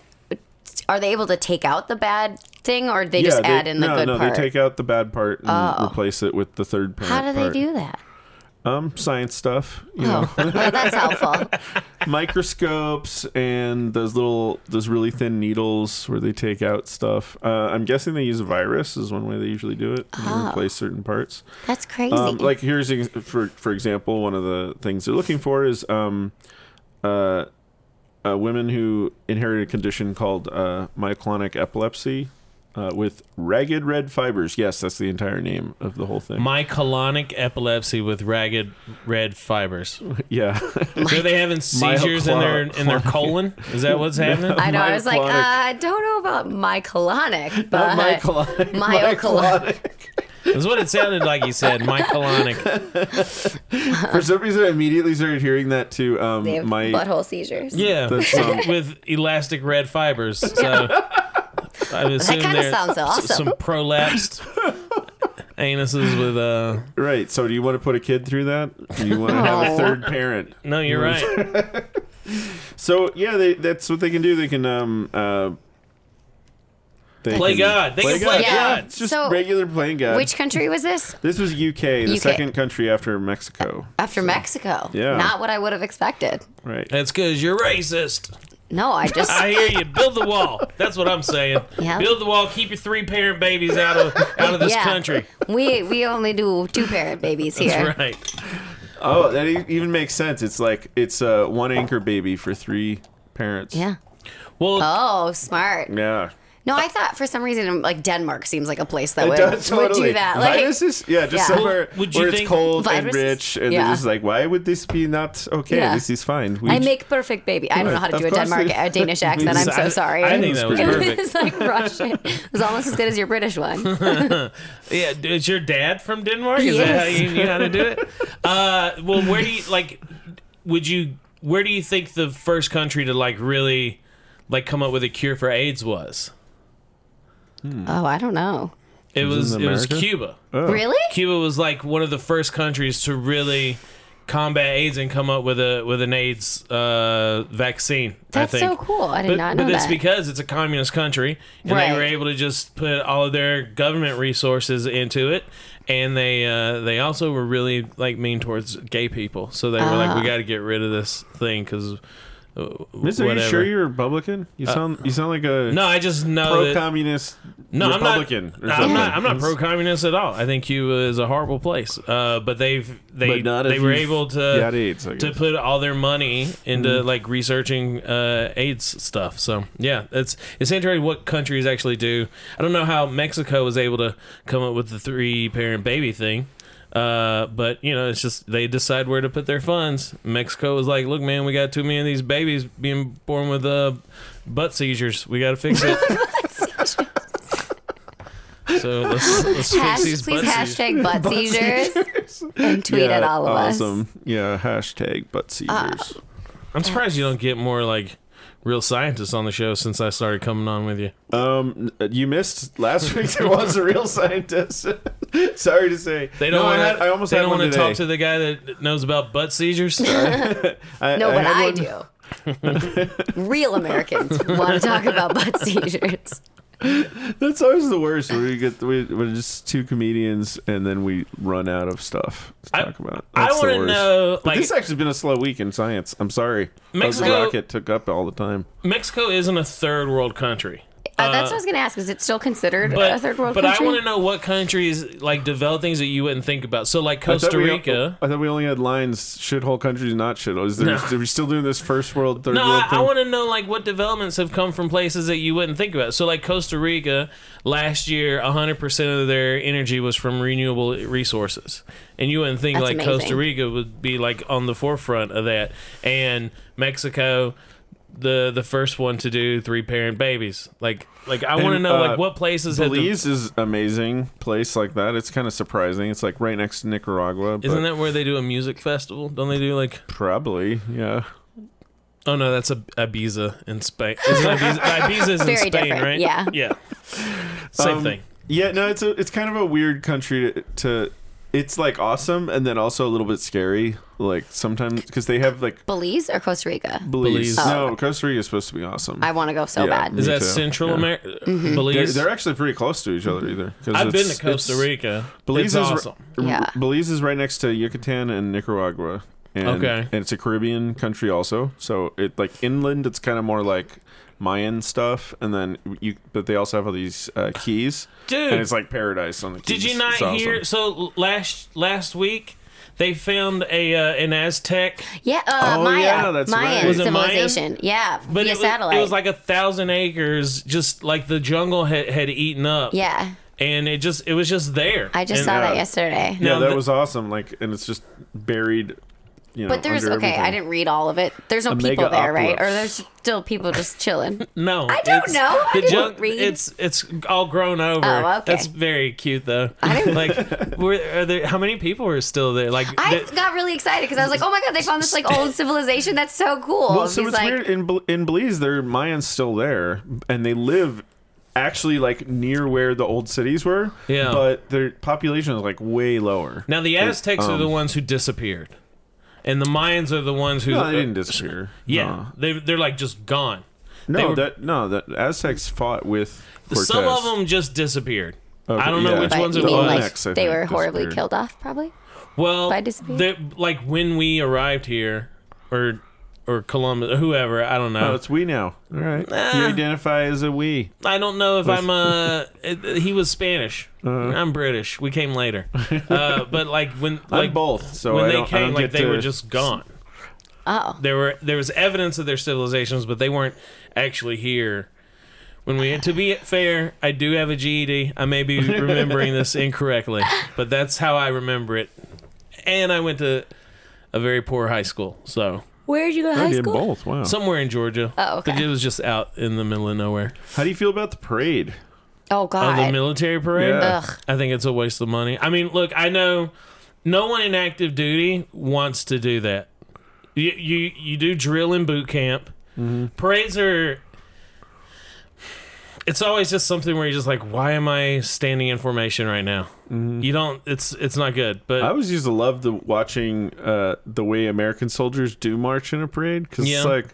A: are they able to take out the bad thing, or they just add in the
B: no,
A: good
B: no,
A: part?
B: they take out the bad part and
A: Oh.
B: replace it with the third parent.
A: How do they
B: part.
A: do that?
B: Um, science stuff, you know,
A: Oh, well, that's helpful.
B: microscopes and those little, those really thin needles where they take out stuff. Uh, I'm guessing they use a virus is one way they usually do it. and
A: Oh.
B: replace certain parts.
A: That's crazy.
B: Um, like here's ex- for for example, one of the things they're looking for is um, uh, uh, women who inherit a condition called uh, myoclonic epilepsy uh, with ragged red fibers. Yes, that's the entire name of the whole thing.
C: My colonic epilepsy with ragged red fibers.
B: yeah,
C: So they having seizures in their in their colon? Is that what's happening?
A: I know. I was like, uh,
B: myoclonic.
A: I don't know about my colonic, but
B: not myoclonic.
A: myoclonic.
C: That's what it sounded like you said. My colonic.
B: For some reason, I immediately started hearing that to um,
A: They have
B: my
A: butthole seizures.
C: Yeah.
B: That sound-
C: with elastic red fibers. So I would assume
A: kinda
C: there's
A: sounds
C: s-
A: awesome.
C: some prolapsed anuses with uh
B: right. So, do you want to put a kid through that? Do you want to have a
A: No.
B: third parent?
C: No, you're right.
B: So yeah, they, that's what they can do. They can um uh, they
C: Play God. They can play
A: Yeah.
C: God.
B: It's just
A: So,
B: regular playing God.
A: Which country was this?
B: this was UK, the
A: UK.
B: second country after Mexico.
A: After Mexico.
B: Yeah.
A: Not what I would have expected.
B: Right.
C: That's because you're racist.
A: No, I just.
C: I hear you. Build the wall. That's what I'm saying.
A: Yeah.
C: Build the wall. Keep your three parent babies out of out of this
A: yeah.
C: country.
A: We we only do two parent babies here.
C: That's right.
B: Oh, that e- even makes sense. It's like it's uh, one anchor baby for three parents.
A: Yeah.
C: Well,
A: Oh, smart.
B: Yeah.
A: No, I thought for some reason like Denmark seems like a place that
B: It
A: would,
B: does
A: would
B: totally.
A: do that.
B: Why
A: Like,
B: is this? Yeah, just
A: Yeah.
B: somewhere
C: Well, would you
B: where it's
C: think-
B: cold
A: Viruses?
B: and rich, and
A: Yeah.
B: they're just like, why would this be not okay?
A: Yeah.
B: This is fine. We
A: I
B: j-
A: make perfect baby. I don't know how to
B: Of
A: do a
B: course
A: Denmark
B: it-
A: a Danish accent. I'm so
C: I-
A: sorry.
C: I think that was
A: it
C: perfect.
A: was like Russian. It was almost as good as your British one.
C: Yeah, is your dad from Denmark? Is that how
A: Yes.
C: you knew how to do it? Uh, well, where do you like? Would you? Where do you think the first country to like really, like, come up with a cure for AIDS was?
A: Oh, I don't know.
C: It was.
B: in
C: It was
B: America?
C: Cuba.
A: Really?
C: Cuba was like one of the first countries to really combat AIDS and come up with a with an AIDS uh, vaccine.
A: That's
C: I think.
A: so cool. I did
C: But,
A: not
C: but
A: know
C: that's
A: that.
C: because it's a communist country, and
A: Right.
C: they were able to just put all of their government resources into it, and they uh, they also were really like mean towards gay people. So they were like,
A: Ah.
C: "We got to get rid of this thing because
B: Miss, are you
C: whatever." Uh,
B: sure you're Republican? You sound you sound like a
C: no, I just know Oh, that
B: pro-communist
C: no,
B: Republican.
C: I'm
B: or
C: not. I'm
B: something.
C: not. I'm not pro-communist at all. I think Cuba is a horrible place. Uh, but they've they
B: But not
C: they
B: if
C: were
B: you've
C: able to
B: got AIDS, I
C: to
B: guess. Mm-hmm.
C: put all their money into like researching uh, AIDS stuff. So yeah, it's it's interesting what countries actually do. I don't know how Mexico was able to come up with the three-parent baby thing. Uh, but you know, it's just they decide where to put their funds. Mexico was like, "Look, man, we got too many of these babies being born with uh, butt seizures. We got to fix it." So let's, let's
A: Hash,
C: fix these
A: please
C: butt seizures.
A: hashtag butt, seizures and tweet at all of
B: awesome.
A: us. Uh,
B: Yeah, hashtag butt seizers.
C: I'm surprised you don't get more like real scientists on the show since I started coming on with you.
B: um, you missed last week. There was a real scientist. Sorry to say.
C: They don't
B: No,
C: want
B: I, had, I almost
C: they
B: had
C: don't
B: one
C: wanna
B: today.
C: talk to the guy that knows about butt seizures.
B: I,
A: No,
B: I
A: but
B: had
A: I
B: one-
A: do. Real Americans want to talk about butt seizures.
B: That's always the worst. When we get we, we're just two comedians, and then we run out of stuff to
C: I-
B: talk about.
C: I
B: That's the
C: wanna
B: worst.
C: know,
B: But
C: like-
B: this actually has been a slow week in science. I'm sorry. How's the
C: Mexico-
B: rocket took up all the time.
C: Mexico isn't a third world country.
A: Uh, that's what I was going to ask. Is it still considered
C: But,
A: a third world
C: but
A: country?
C: I want to know what countries like develop things that you wouldn't think about. So like
B: I thought
C: Costa
B: we-
C: Rica.
B: I thought we only had lines. Shithole countries, not shithole. Is there?
C: No.
B: Are we still doing this first world, third
C: No,
B: world
C: I,
B: thing?
C: I want to know like what developments have come from places that you wouldn't think about. So like Costa Rica last year, 100% of their energy was from renewable resources. And you wouldn't think
A: That's
C: like
A: amazing.
C: Costa Rica would be like on the forefront of that. And Mexico the the first one to do three parent babies. Like like I want to
B: And,
C: know
B: uh,
C: like what places have de-
B: Belize is amazing place like that. It's kind of surprising. It's like right next to Nicaragua. But
C: Isn't that where they do a music festival? Don't they do like
B: probably? Yeah.
C: Oh no, that's a Ibiza in Spain. Isn't Ibiza, Ibiza's in
A: Very
C: Spain,
A: different,
C: right?
A: yeah.
C: Yeah. Same
B: Um,
C: thing.
B: Yeah, no, it's a, it's kind of a weird country to, to. It's like awesome and then also a little bit scary. Like sometimes because they have like
A: Belize or Costa Rica?
B: Belize.
C: Belize. Oh.
B: No, Costa Rica is supposed to be awesome.
A: I want to go so
B: Yeah.
A: bad.
C: Is
B: Me
C: that
B: too,
C: Central
B: yeah.
C: America?
A: Mm-hmm.
B: they're,
C: Belize.
B: they're actually pretty close to each other either. 'cause
C: I've been
B: it's-
C: to Costa
B: it's-
C: Rica.
B: Belize is
C: Belize awesome.
B: r-
A: Yeah.
B: Belize is right next to Yucatan and Nicaragua. And,
C: Okay.
B: And it's a Caribbean country also. So it like inland, it's kind of more like Mayan stuff, and then you. But they also have all these uh, keys,
C: Dude.
B: And it's like paradise on the keys.
C: Did you
B: It's
C: not
B: awesome.
C: hear? So last last week they found a uh, an Aztec,
A: Yeah, uh,
B: Oh,
A: Maya.
B: yeah, that's
A: Mayan
B: right. Was
C: it Mayan?
A: civilization. Yeah,
C: but
A: via
C: it, was,
A: satellite.
C: it was like a thousand acres, just like the jungle had, had eaten up.
A: yeah,
C: and it just it was just there.
A: I just
C: And- uh,
A: saw that
B: yeah.
A: yesterday.
B: Yeah,
C: Now
B: that
C: the-
B: was awesome. Like, and it's just buried. You know,
A: But there's okay.
B: under everything.
A: I didn't read all of it. There's no people
B: mega
A: there, right? Or
B: apocalypse.
A: there's still people just chilling.
C: No, I
A: don't know. I didn't read.
C: It's it's all grown over.
A: Oh, okay.
C: That's very cute though.
A: I didn't-
C: like. Were, are there how many people are still there? Like
A: I
C: the-
A: got really excited because I was like, "Oh my god, they found this like old civilization. That's so cool."
B: Well,
A: And
B: so
A: he's
B: it's
A: like,
B: weird in Bel- in Belize. Their Mayans still there, and they live actually like near where the old cities were.
C: Yeah.
B: but their population is like way lower.
C: Now the Aztecs
B: um,
C: are the ones who disappeared, and the Mayans are the ones who.
B: No, they didn't disappear.
C: Yeah,
B: No.
C: they they're like just gone.
B: No,
C: They were-
B: that no, that Aztecs fought with Cortez.
C: Some of them just disappeared.
B: Okay,
C: I don't know
B: Oh, yeah.
C: which
A: but
C: ones
A: you
C: it was.
A: mean like
B: Olmecs, I
A: they
B: think,
A: were horribly
B: disappeared.
A: killed off, probably?
C: well,
A: by disappeared?
C: they- like when we arrived here, or or Columbus, whoever. I don't
B: Oh,
C: know.
B: it's we now. All right. You identify as a we.
C: I don't know if I'm. Uh, it- he was Spanish.
B: Uh-huh.
C: I'm British. We came later. Uh, but like when like
B: I'm both. So
C: when
B: I
C: they
B: don't, I
C: came,
B: don't
C: like
B: get
C: they
B: to-
C: were just gone.
A: Oh,
C: There were there was evidence of their civilizations, but they weren't actually here. When we to be fair, I do have a GED. I may be remembering this incorrectly, but that's how I remember it. And I went to a very poor high school, so
A: where did you go to
B: I
A: high
B: did
A: school?
B: both. Wow.
C: somewhere in Georgia.
A: Oh, okay.
C: But it was just out in the middle of nowhere.
B: How do you feel about the parade?
A: Oh
C: Oh,
A: God.
C: the military parade.
B: Yeah.
A: Ugh.
C: I think it's a waste of money. I mean, look, I know no one in active duty wants to do that. You you, you do drill in boot camp. Parades are. It's always just something where you're just like, why am I standing in formation right now? You don't. It's it's not good. But
B: I always used to love the watching uh, the way American soldiers do march in a parade because
C: Yeah.
B: it's like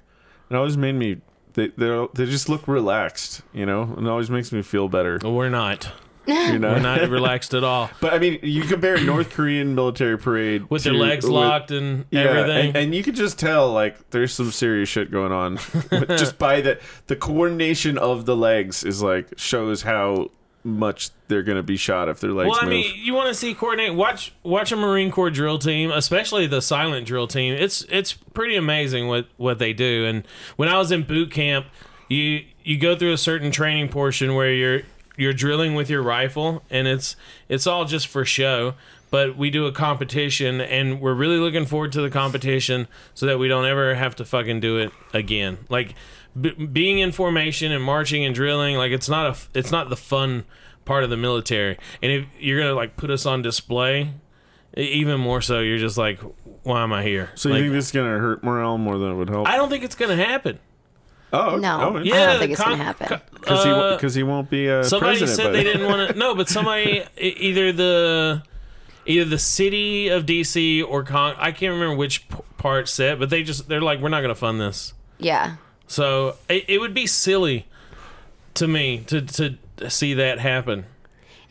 B: it always made me they they they just look relaxed, you know, and it always makes me feel better,
C: we're not.
B: you know.
C: We're not relaxed at all.
B: but I mean, you compare North Korean military parade
C: With their
B: to-
C: legs
B: with-
C: locked and
B: yeah,
C: everything.
B: and, and you could just tell like there's some serious shit going on just by the the coordination of the legs is like shows how much they're gonna be shot if their legs
C: Well, I
B: move.
C: mean, you want to see coordinate. Watch watch a Marine Corps drill team, especially the silent drill team. It's it's pretty amazing what what they do. And when I was in boot camp, you you go through a certain training portion where you're you're drilling with your rifle, and it's it's all just for show. But we do a competition, and we're really looking forward to the competition so that we don't ever have to fucking do it again. Like b- being in formation and marching and drilling, like it's not a f- it's not the fun part of the military. And if you're gonna like put us on display, e- even more so, you're just like, why am I here?
B: so
C: Like,
B: you think this is gonna hurt morale more than it would help?
C: I don't think it's gonna happen.
B: oh
A: No.
B: oh,
A: I
C: Yeah,
A: don't think
C: the
A: it's gonna happen.
B: because he
C: uh,
B: because he won't be uh,
C: somebody
B: president.
C: said
B: by
C: they
B: then.
C: didn't want to. No, but somebody e- either the either the city of DC or Con. I can't remember which p- part said, but they just they're like, we're not gonna fund this.
A: Yeah.
C: So it, it would be silly to me to to see that happen.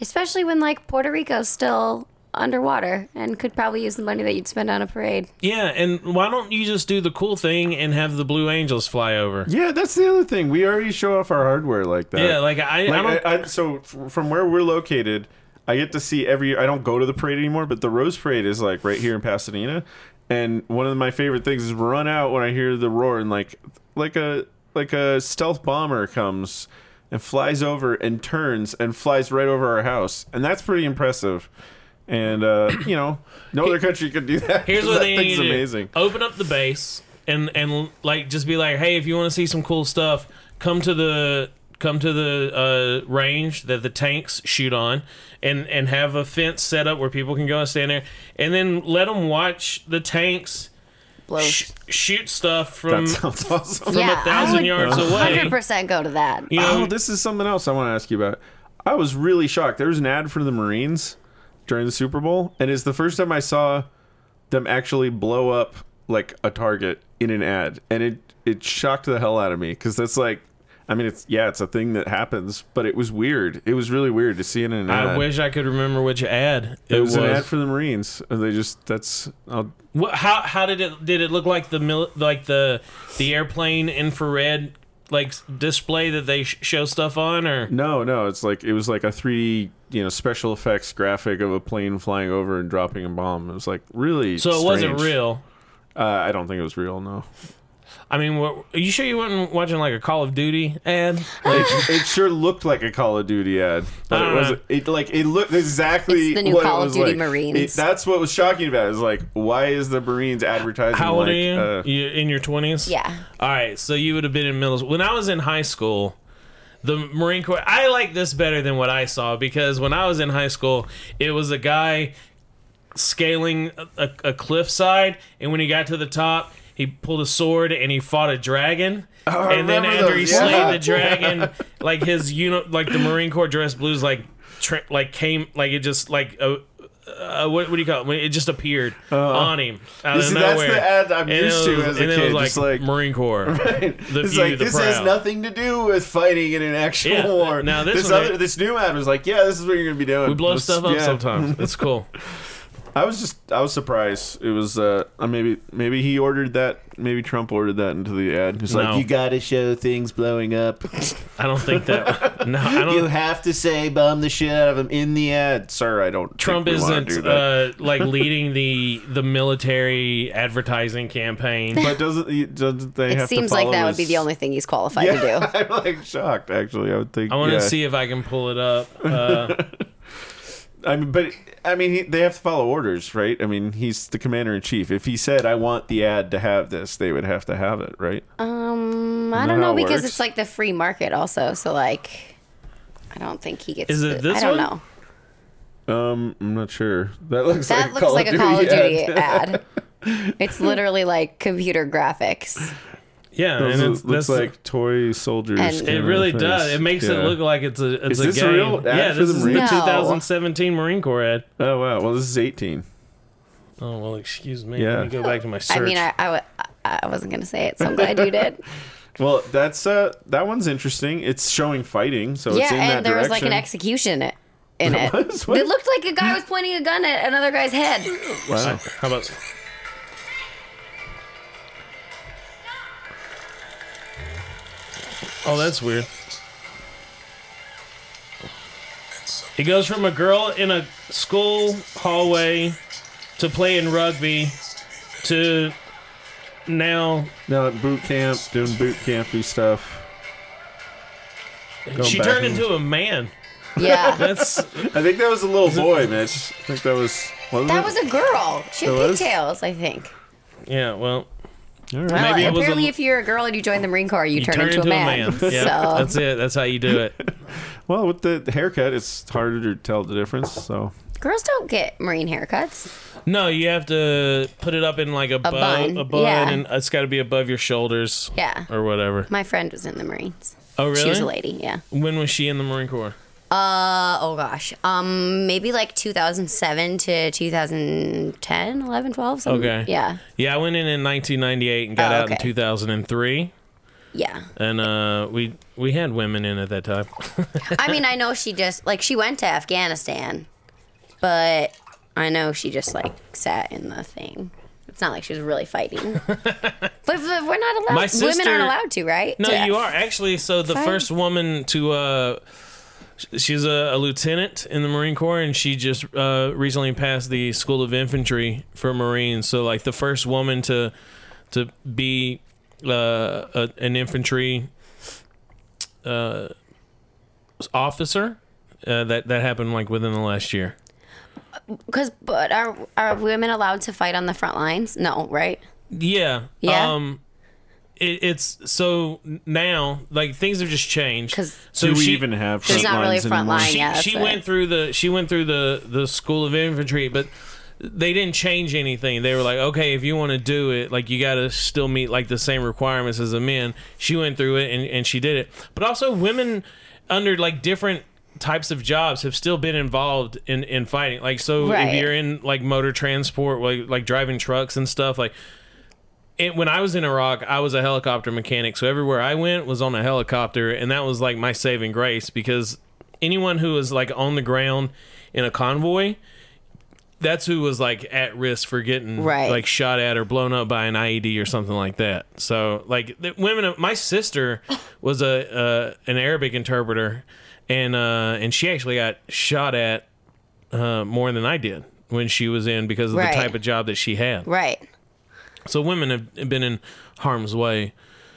A: Especially when like Puerto Rico's still underwater and could probably use the money that you'd spend on a parade.
C: Yeah, and why don't you just do the cool thing and have the Blue Angels fly over?
B: Yeah, that's the other thing. We already show off our hardware like that.
C: Yeah, like I, I
B: Like,
C: don't.
B: I, I, so f- from where we're located, I get to see every. I don't go to the parade anymore, but the Rose Parade is like right here in Pasadena, and one of my favorite things is run out when I hear the roar and like like a like a stealth bomber comes and flies over and turns and flies right over our house, and that's pretty impressive. And uh, you know, no other country could do that.
C: here's what
B: that
C: they need
B: thing's
C: to do.
B: amazing.
C: Open up the base and and like just be like, hey, if you want to see some cool stuff, come to the come to the uh, range that the tanks shoot on, and and have a fence set up where people can go and stand there, and then let them watch the tanks
A: Blow.
C: sh- shoot stuff from.
B: That sounds awesome.
A: yeah,
C: thousand yards away.
A: Hundred percent go to that.
C: you know,
B: Oh, this is something else I want to ask you about. I was really shocked. There was an ad for the Marines during the Super Bowl, and it's the first time I saw them actually blow up like a target in an ad, and it it shocked the hell out of me because that's like, I mean, it's yeah, it's a thing that happens, but it was weird. It was really weird to see it in an ad.
C: I wish I could remember which ad it,
B: it was, an ad for the Marines, and they just that's I'll,
C: What, how how did it did it look like the mil, like the the airplane infrared like s- display that they sh- show stuff on or
B: no, no, it's like it was like a three you know special effects graphic of a plane flying over and dropping a bomb. It was like really
C: so it wasn't
B: strange.
C: real.
B: Uh, I don't think it was real. No,
C: I mean, what, are you sure you weren't watching like a Call of Duty ad?
B: it, it sure looked like a Call of Duty ad, but
C: I
B: it
C: don't
B: wasn't. It like it looked exactly
A: It's the new
B: what
A: Call
B: it
A: of
B: was
A: Duty
B: like.
A: Marines.
B: It- that's what was shocking about it. Is like, why is the Marines advertising?
C: How old
B: like,
C: are you?
B: uh,
C: you in your twenties?
A: Yeah.
C: All right, so you would have been in middle. When I was in high school, the Marine Corps. I like this better than what I saw because when I was in high school, it was a guy scaling a, a, a cliffside, and when he got to the top. He pulled a sword and he fought a dragon,
B: I
C: and then
B: remember
C: after he
B: those, yeah.
C: slayed the dragon, like his uni- like the Marine Corps dress blues, like tri- like came like it just like a, uh, what, what do you call it? When It just appeared on him.
B: Uh-huh. You
C: Out of
B: see, that's
C: nowhere.
B: the ad I'm
C: And it
B: used to
C: was-
B: as a
C: and it
B: kid,
C: was
B: just
C: like,
B: like-
C: Marine Corps. The
B: it's
C: few,
B: like
C: the
B: this has
C: proud.
B: nothing to do with fighting in an actual
C: Yeah,
B: war.
C: now this
B: this
C: one-
B: other this new ad was like, yeah, this is what you're gonna be doing.
C: We blow
B: This-
C: stuff up
B: yeah.
C: sometimes. It's cool.
B: I was just I was surprised. It was uh uh, maybe maybe he ordered that maybe Trump ordered that into the ad. He's
C: No.
B: like
C: Oh.
E: You gotta show things blowing up.
C: I don't think that. No, I
E: You
C: don't.
E: have to say "bomb the shit out of him" in the ad,
B: sir, I don't
C: Trump
B: think we wanna do
C: isn't
B: that.
C: uh, like leading the the military advertising campaign.
B: but doesn't he, doesn't they
A: It
B: have
A: seems
B: to
A: like
B: follow
A: that would be
B: his-
A: the only thing he's qualified to
B: Yeah,
A: do.
B: I'm like shocked actually. I would think
C: I want to
B: yeah.
C: see if I can pull it up. Uh,
B: I mean, but I mean, he, they have to follow orders, right? I mean, he's the commander in chief. If he said, "I want the ad to have this," they would have to have it, right?
A: Um, I
B: Isn't
A: don't
B: that
A: know
B: how it
A: because
B: works?
A: it's like the free market also. So like, I don't think he gets.
C: Is it
A: to-
C: this
A: I don't
C: one?
A: know.
B: Um, I'm not sure. That looks
A: Uh-huh. That
B: like
A: looks like a Call of
B: ad.
A: Duty ad. It's literally like computer graphics.
C: yeah,
B: Those
C: and
B: lo-
C: it's,
B: looks
C: that's-
B: like toy soldiers.
A: And-
B: kinda
C: It really
B: things.
C: does. It makes
B: Yeah.
C: it look like it's a
B: Is
C: it's a
B: this a
C: game.
B: real ad
C: yeah,
B: for
C: this
B: the
C: is the
B: Marines?
A: No.
C: 2017 Marine Corps ad.
B: Oh wow. Well, this is 18.
C: Oh well, excuse me.
B: Yeah.
C: Let me go back to my search.
A: I mean, I, I, w- I wasn't gonna say it, so I'm glad you did.
B: Well, that's uh, that one's interesting. It's showing fighting, so
A: yeah,
B: it's in that
A: and there was
B: direction.
A: like an execution i- in it.
B: was? What?
A: It looked like a guy was pointing a gun at another guy's head.
B: Wow.
C: How about? Oh, that's weird. It goes from a girl in a school hallway to playing rugby to now
B: Now at boot camp, doing boot campy stuff. Going
C: she
B: back
C: turned
B: and-
C: into a man.
A: Yeah,
C: That's
B: I think that was a little boy, Mitch. I think that was. Wasn't
A: that
B: it?
A: was a girl. She had
B: It was?
A: pigtails, I think.
C: yeah. Well,
B: All right.
A: Well,
C: Maybe it was a-
A: apparently, if you're a girl and you join the Marine Corps, you,
C: you
A: turn, into, a man.
C: Yeah,
A: so
C: that's it. That's how you do it.
B: Well, with the haircut, it's harder to tell the difference. So
A: girls don't get Marine haircuts.
C: No, you have to put it up in like a, bow,
A: bun,
C: a bun,
A: yeah.
C: and it's got to be above your shoulders.
A: Yeah.
C: or whatever.
A: My friend was in the Marines.
C: Oh, really?
A: She was a lady. Yeah.
C: When was she in the Marine Corps?
A: Uh oh gosh. Um maybe like 2007 to 2010, 11, 12. Something.
C: Okay.
A: Yeah.
C: Yeah, I went in in 1998 and got
A: Oh,
C: out in
A: okay.
C: 2003,
A: Yeah.
C: and uh, we we had women in at that time.
A: I mean, I know she just like she went to Afghanistan, but I know she just like sat in the thing. It's not like she was really fighting. but, but we're not allowed.
C: My
A: women
C: sister-
A: aren't allowed to, right?
C: No,
A: To-
C: you are actually. So the
A: Fine.
C: first woman to. Uh, sh- She's a, a lieutenant in the Marine Corps, and she just uh, recently passed the School of Infantry for Marines. So, like the first woman to to be uh, a, an infantry uh, officer, uh, that that happened like within the last year.
A: Because, but are are women allowed to fight on the front lines? No, right?
C: Yeah.
A: Yeah?
C: Um, it, it's so now like things have just changed.
A: 'Cause-
C: so
B: do we
C: she-
B: even have?
A: There's
B: front
A: not really
B: lines
A: a front
B: anymore?
A: line.
C: she,
A: Yeah, that's
C: she
A: it.
C: went through the she went through the the school of infantry but they didn't change anything they were like okay if you want to do it like you gotta still meet like the same requirements as a man she went through it and, and she did it but also women under like different types of jobs have still been involved in in fighting like so if
A: Right.
C: you're in like motor transport like like driving trucks and stuff like it, when I was in Iraq, I was a helicopter mechanic. So everywhere I went was on a helicopter, and that was like my saving grace because anyone who was like on the ground in a convoy, that's who was like at risk for getting
A: Right.
C: like shot at or blown up by an IED or something like that. So like the women, my sister was a uh, an Arabic interpreter, and uh, and she actually got shot at uh, more than I did when she was in because of
A: Right.
C: the type of job that she had.
A: Right.
C: So women have been in harm's way.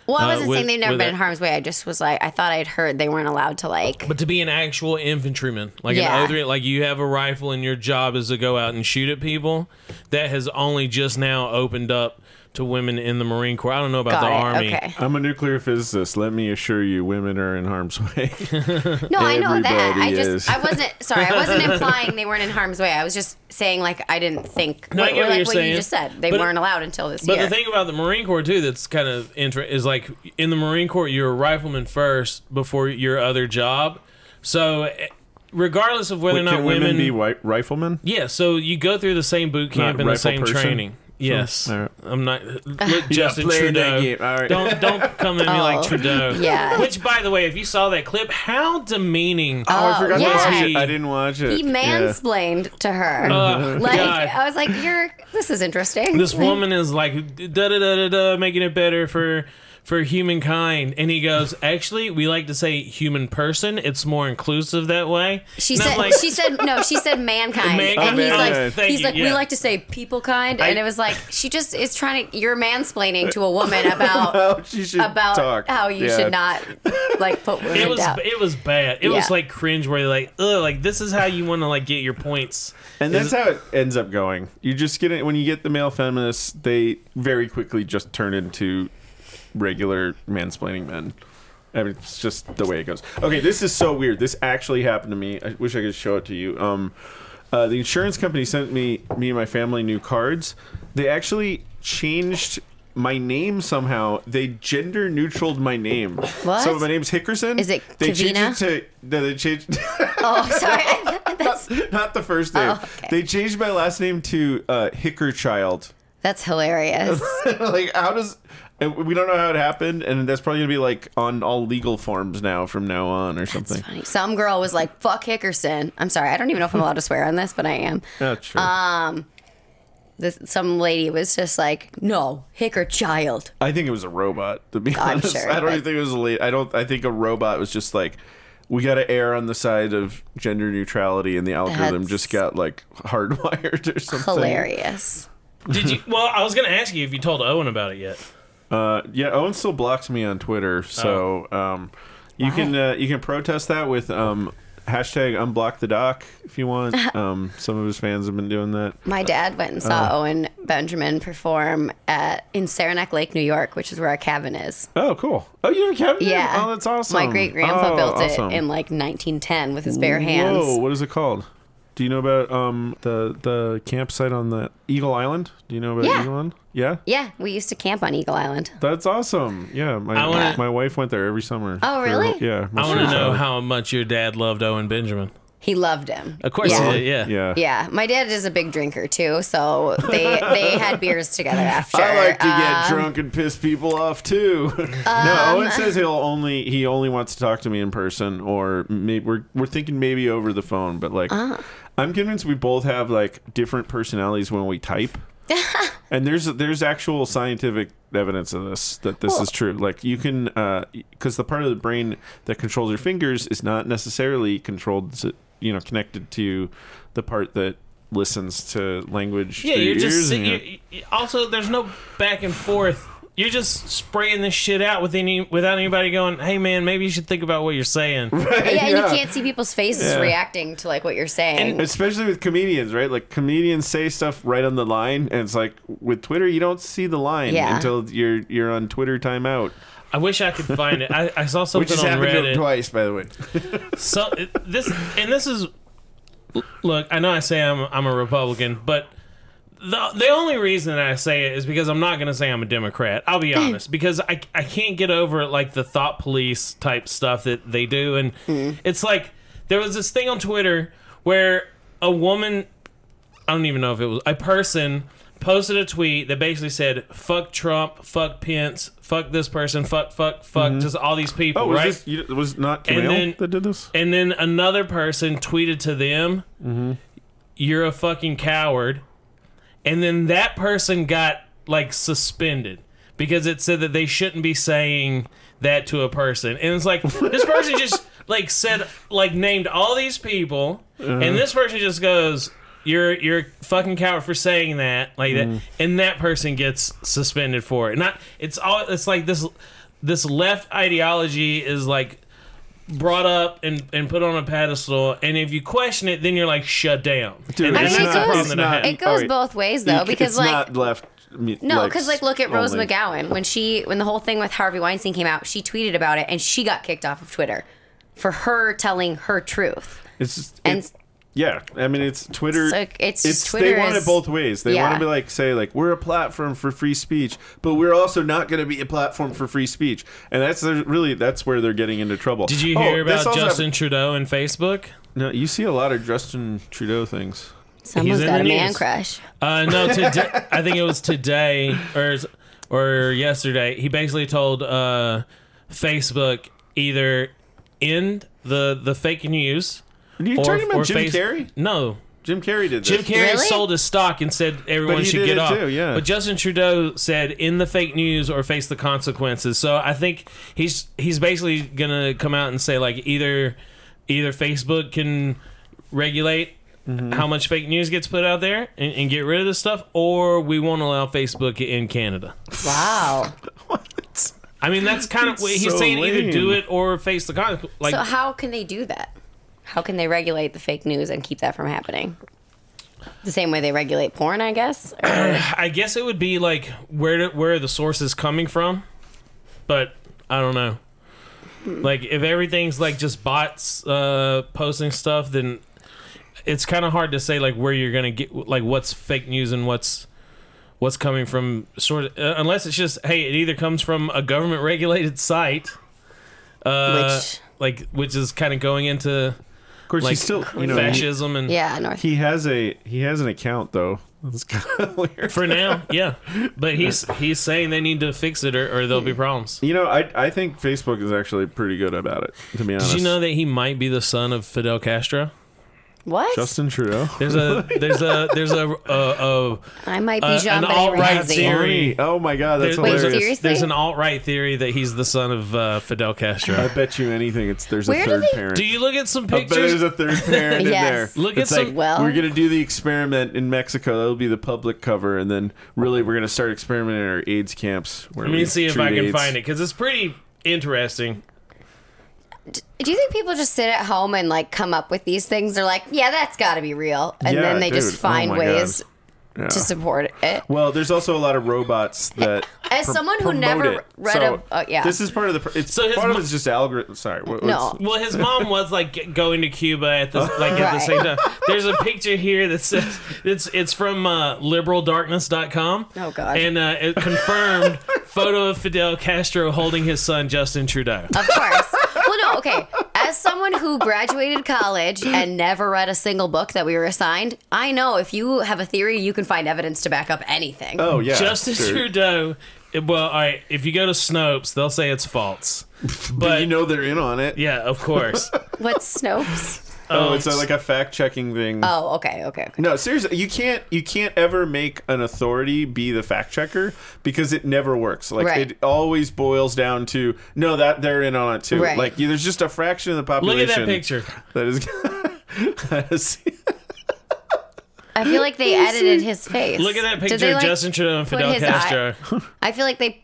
A: Well, I
C: Uh,
A: wasn't
C: with-
A: saying they've never
C: with
A: been
C: that-
A: in harm's way. I just was like, I thought I'd heard they weren't allowed to like.
C: But to be an actual infantryman, like
A: Yeah.
C: an O3, like you have a rifle and your job is to go out and shoot at people, that has only just now opened up to women in the Marine Corps. I don't know about
A: Got
C: the
A: it.
C: Army.
A: Okay.
B: I'm a nuclear physicist. Let me assure you, women are in harm's way.
A: No, I know that. I
B: Everybody
A: just,
B: is.
A: I wasn't. Sorry, I wasn't implying they weren't in harm's way. I was just saying like I didn't think.
C: No, I
A: what,
C: get what
A: like
C: you're
A: what
C: saying.
A: you just said. They
C: But-
A: weren't allowed until this
C: But
A: year.
C: the thing about the Marine Corps too that's kind of interesting is like in the Marine Corps you're a rifleman first before your other job. So eh, regardless of whether
B: Wait,
C: or
B: can
C: not
B: women,
C: women
A: Oh,
B: be wi- riflemen?
C: Yeah, so you go through the same boot camp
B: Not
C: and the
B: rifle
C: same
B: person?
C: training. Yes,
B: All right.
C: I'm not. Look, Justin
B: playing that
C: Trudeau.
B: game. All right.
C: Don't don't come at me
A: Oh,
C: like Trudeau.
A: yeah.
C: Which, by the way, if you saw that clip, how demeaning.
B: Oh, I forgot
A: yeah.
B: to watch it. I didn't watch it.
A: He mansplained to her.
C: Oh,
A: like
C: God.
A: I was like, "You're this is interesting."
C: this woman is like da da da da da making it better for for humankind and he goes actually we like to say human person it's more inclusive that way
A: She
C: And I'm
A: said
C: like,
A: she said no, she said mankind.
C: Mankind.
A: And he's
B: Oh,
A: like
B: mankind.
C: Thank
A: he's
C: you,
A: like we
C: yeah.
A: like to say people kind and
C: I-
A: it was like she just is trying to you're mansplaining to a woman about
B: Oh, she should
A: about
B: talk.
A: how you
B: Yeah.
A: should not like put women
C: it was
A: down.
C: it was bad it
A: Yeah.
C: was like cringe where you're like ugh like this is how you want to like get your points
B: And that's how it ends up going. You just get it when you get the male feminists, they very quickly just turn into regular mansplaining men. I mean, it's just the way it goes. Okay, this is so weird. This actually happened to me. I wish I could show it to you. Um, uh, the insurance company sent me me and my family new cards. They actually changed my name somehow. They gender neutraled my name.
A: What?
B: So my name's Hickerson.
A: Is it
B: They changed
A: Kavina?
B: it to. No, they changed.
A: oh, sorry. that's,
B: Not the first name.
A: Oh, okay.
B: They changed my last name to uh, Hicker Child.
A: that's hilarious.
B: like, how does. and We don't know how it happened, and that's probably going to be like on all legal forms now from now on or
A: It's
B: something.
A: funny. Some girl was like, "Fuck Hickerson." I'm sorry. I don't even know if I'm allowed to swear on this, but I am.
B: Oh, true.
A: Um, This some lady was just like, "No, Hicker child."
B: I think it was a robot, to be
A: I'm
B: honest.
A: sure,
B: I don't even
A: but-
B: think it was a late. I don't. I think a robot was just like, we got to err on the side of gender neutrality, and the algorithm
A: That's-
B: just got like hardwired or something.
A: Hilarious.
C: did you well i was gonna ask you if you told owen about it yet
B: Uh, yeah, Owen still blocks me on Twitter, so
C: Oh.
B: um, you can uh, you can protest that with um, hashtag unblock the doc if you want. Um, some of his fans have been doing that.
A: My dad went and
B: Uh.
A: saw Owen Benjamin perform at in Saranac Lake, New York, which is where our cabin is.
B: Oh, cool! Oh, you have a cabinet?
A: Yeah.
B: Oh, that's awesome.
A: My great grandpa
B: Oh,
A: built
B: awesome.
A: it in like 1910 with his bare hands.
B: Whoa! What is it called? Do you know about um the the campsite on the Eagle Island? Do you know about
A: Yeah.
B: Eagle Island? Yeah.
A: Yeah, we used to camp on Eagle Island.
B: That's awesome. Yeah, my
C: I wanna-
B: my wife went there every summer.
A: Oh, really?
B: For- yeah. my
C: i want to
B: sweet
C: know
B: child.
C: how much your dad loved owen benjamin
A: He loved him.
C: of course
A: yeah.
C: he did, yeah
B: Yeah.
A: Yeah, my dad is a big drinker too, so they they had beers together after.
B: I like to
A: Um, uh,
B: get drunk and piss people off too. no, Owen says he'll only he only wants to talk to me in person, or maybe we're we're thinking maybe over the phone. But like,
A: Uh.
B: I'm convinced we both have like different personalities when we type. and there's there's actual scientific evidence of this that this is true. Like you can because the part of the brain that controls your fingers is not necessarily controlled, to, you know, connected to the part that listens to language.
C: Yeah,
B: through
C: you're
B: your ears
C: just
B: and your-
C: you're, you- also there's no back and forth. You're just spraying this shit out with any without anybody going, "Hey man, maybe you should think about what you're saying."
A: Oh, Yeah, and
B: Yeah.
A: you can't see people's faces
B: Yeah.
A: reacting to like what you're saying.
B: Especially with comedians, right? Like comedians say stuff right on the line, and it's like with Twitter, you don't see the line
A: Yeah.
B: until you're you're on Twitter timeout,
C: I wish I could find it. I, I saw
B: which
C: something
B: has
C: on
B: happened to him
C: Reddit.
B: twice, by the way.
C: So it- this and this is look. I know I say I'm I'm a Republican, but the the only reason I say it is because I'm not going to say I'm a Democrat. I'll be honest because I I can't get over like the thought police type stuff that they do, and it's like there was this thing on Twitter where a woman I don't even know if it was a person posted a tweet that basically said "fuck Trump, fuck Pence, fuck this person, fuck fuck fuck," just all these people.
B: Oh, was
C: right?
B: this you, was not
C: And
B: Camille
C: then-
B: that did this?
C: And then another person tweeted to them, "You're a fucking coward." And then that person got like suspended because it said that they shouldn't be saying that to a person. And it's like this person just like said like named all these people, and this person just goes. You're you're a fucking coward for saying that like that, and that person gets suspended for it. Not it's all it's like this this left ideology is like brought up and, and put on a pedestal, and if you question it, then you're like shut down. and
A: I mean,
C: that's
A: it
C: the
A: goes-
C: problem that I have.
A: it goes
B: Alright.
A: both ways though,
B: It-
A: because
B: it's
A: like
B: not left. me-
A: No, because like, look at Rose
B: only.
A: McGowan when she when the whole thing with Harvey Weinstein came out, she tweeted about it and she got kicked off of Twitter for her telling her truth.
B: It's just,
A: And-
B: it's- yeah, I mean it's Twitter.
A: So it's just
B: they
A: Twitter
B: want
A: is-
B: it both ways. They want
A: yeah.
B: to be like say like we're a platform for free speech, but we're also not going to be a platform for free speech, and that's the- really that's where they're getting into trouble.
C: Did you
B: Oh,
C: hear
B: this
C: about
B: also-
C: Justin Trudeau and Facebook?
B: No, you see a lot of Justin Trudeau things.
A: Someone's
C: in
A: got
C: the
A: a man
C: news.
A: crush.
C: Uh, no, today I think it was today or or yesterday. He basically told uh, Facebook either end the the fake news.
B: Are you
C: or,
B: talking about
C: or
B: Jim
C: face-
B: Carrey?
C: No,
B: Jim Carrey did this.
C: Jim Carrey
A: Really?
C: sold his stock and said everyone
B: he
C: should
B: did
C: get
B: it
C: off.
B: too, yeah.
C: But Justin Trudeau said in the fake news or face the consequences. So I think he's he's basically gonna come out and say like either either Facebook can regulate
B: Mm-hmm.
C: how much fake news gets put out there and, and get rid of this stuff, or we won't allow Facebook in Canada.
A: Wow.
B: What?
C: I mean that's kind of what he's
B: so
C: saying either do
B: lame.
C: it or face the con like
A: so how can they do that? How can they regulate the fake news and keep that from happening? The same way they regulate porn, I guess. Or-
C: I guess it would be like where do, where are the sources coming from, but I don't know. Like if everything's like just bots uh, posting stuff, then it's kind of hard to say like where you're gonna get like what's fake news and what's what's coming from sort of uh, unless it's just hey it either comes from a government regulated site, uh,
A: Which-
C: like which is kind of going into
B: Of course,
C: like
B: he's still you know he,
C: fascism and
A: yeah, North.
B: he has a he has an account though. That's kind of weird.
C: For now, yeah, but he's he's saying they need to fix it or, or there'll be problems.
B: You know, I I think Facebook is actually pretty good about it. To be honest,
C: Did you know that he might be the son of Fidel Castro?
A: What?
B: Justin Trudeau?
C: There's a there's a there's a uh, uh,
A: I might be
C: Uh,
A: Jean
C: an
A: Benet
C: alt-right
A: Ramsey.
C: theory.
B: Funny. Oh my god, that's
C: there- there's, a-
B: hilarious.
A: serious- seriously?
C: there's an alt right theory that he's the son of uh, Fidel
B: I
C: Castro.
B: bet you anything. It's there's
A: Where
B: a
A: do
B: third
A: they-
B: parent.
C: Do you look at some
B: I bet there's
C: pictures?
B: a third parent in there.
A: Yes.
C: Look at
B: it's like,
C: some-
A: Well-
B: we're gonna do the experiment in Mexico. That'll be the public cover, and then really we're gonna start experimenting in our AIDS camps. Where
C: Let me see if I can find
B: it.
C: it because it's pretty interesting.
A: Do you think people just sit at home and like come up with these things? They're like, yeah, that's got to be real, and
B: Yeah,
A: then they just
B: dude. Oh
A: find
B: my
A: ways
B: God. Yeah.
A: to support it.
B: Well, there's also a lot of robots that.
A: As
B: pr-
A: someone who
B: promote
A: never
B: it.
A: read
B: So,
A: a- uh, yeah.
B: This is part of the. pr- It's
C: So his
B: part of
C: mo-
B: it's just algorithm. Sorry. What,
A: No.
B: what's-
C: Well, his mom was like g- going to Cuba at the like at the
A: Right.
C: same time. There's a picture here that says it's it's from uh, liberaldarkness.com.
A: Oh, God.
C: And uh, it confirmed photo of Fidel Castro holding his son Justin Trudeau.
A: Of course. well, no, okay. As someone who graduated college and never read a single book that we were assigned, I know if you have a theory, you can find evidence to back up anything.
B: Oh yeah.
C: Justin
B: sure.
C: Trudeau. Well, all right. If you go to Snopes, they'll say it's false.
B: But
C: But
B: you know they're in on it.
C: yeah, of course.
A: What's Snopes?
B: Oh, it's a, like a fact checking thing.
A: Oh, okay, okay, okay.
B: No, seriously, you can't you can't ever make an authority be the fact checker because it never works. Like
A: Right.
B: it always boils down to no that they're in on it too.
A: Right.
B: Like you, there's just a fraction of the
C: Look
B: population.
C: at that picture.
B: That is. that is-
A: I feel like they edited his face.
C: Look at that
A: Did
C: picture
A: they,
C: of
A: like-
C: Justin Trudeau and
A: put
C: Fidel
A: his eye-
C: Castro.
A: I feel like they